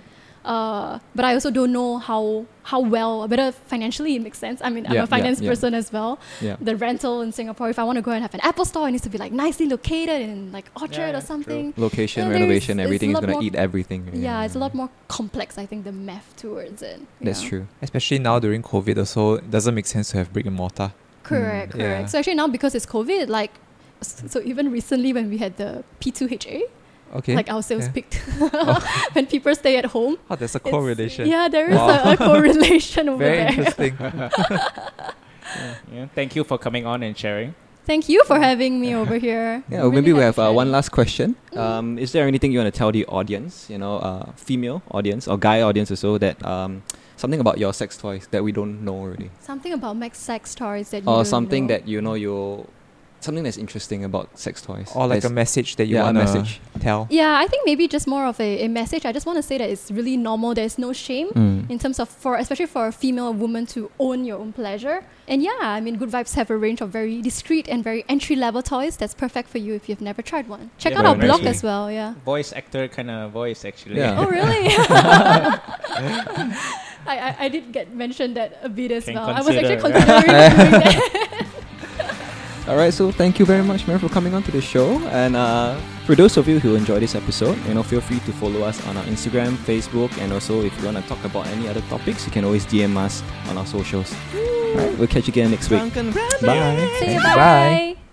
S1: Uh, but I also don't know how how well whether financially it makes sense. I mean, I'm
S2: Yeah,
S1: a
S2: yeah,
S1: finance
S2: yeah.
S1: person as well.
S2: Yeah.
S1: The rental in Singapore, if I want to go and have an Apple store, it needs to be like nicely located in like Orchard
S4: yeah,
S1: or
S4: true.
S1: something.
S2: Location,
S1: Yeah, there is-
S2: renovation,
S1: it's
S2: everything
S1: a
S2: is
S1: lot
S2: gonna
S1: more-
S2: eat everything.
S1: Yeah, it's a lot more complex. I think the math towards it.
S2: That's
S1: Yeah.
S2: true.
S3: Especially now during COVID also, it doesn't make sense to have brick and mortar.
S1: Correct,
S3: Mm.
S1: correct.
S3: Yeah.
S1: So actually now because it's COVID, like s- so even recently when we had the P2HA,
S3: Okay.
S1: like our sales
S3: yeah.
S1: peaked
S2: Oh.
S1: when people stay at home.
S3: oh, there's a
S1: it's-
S3: correlation.
S1: Yeah, there is
S3: Wow.
S1: a, a correlation over
S3: Very
S1: there.
S3: interesting.
S4: Yeah. Thank you for coming on and sharing.
S1: Thank you for having me over here.
S2: Yeah,
S1: Really
S2: maybe we
S1: happy
S2: have uh,
S1: chatting.
S2: one last question.
S1: Mm-hmm.
S2: Um, is there anything you want to tell the audience, you know, uh, female audience or guy audience also that um, something about your sex toys that we don't know already,
S1: something about Max sex stories that you
S2: or
S1: don't
S2: Oh, something
S1: know.
S2: that you know you, something that's interesting about sex toys,
S3: or like a
S2: That's-
S3: message that you
S2: yeah, a
S3: want to
S2: message.
S3: tell.
S1: Yeah, I think maybe just more of a, a message. I just want to say that it's really normal. There's no shame
S2: Mm.
S1: in terms of for especially for a female woman to own your own pleasure. And yeah, I mean, Good Vibes have a range of very discreet and very entry level toys that's perfect for you if you've never tried one. Check
S4: Yeah,
S1: out our
S4: very
S1: blog
S4: nice.
S1: as well. Yeah.
S4: Voice actor kind of voice, actually.
S2: Yeah.
S1: Oh really? I, I, I did get mentioned that a bit as
S4: Can
S1: well. I was actually
S4: consider, yeah.
S1: considering doing that.
S2: All right, so thank you very much, Mary, for coming on to the show. And uh, for those of you who enjoyed this episode, you know, feel free to follow us on our Instagram, Facebook, and also if you want to talk about any other topics, you can always DM us on our socials. All right, we'll catch you again next week. Bye.
S1: See you,
S3: Bye.
S1: bye.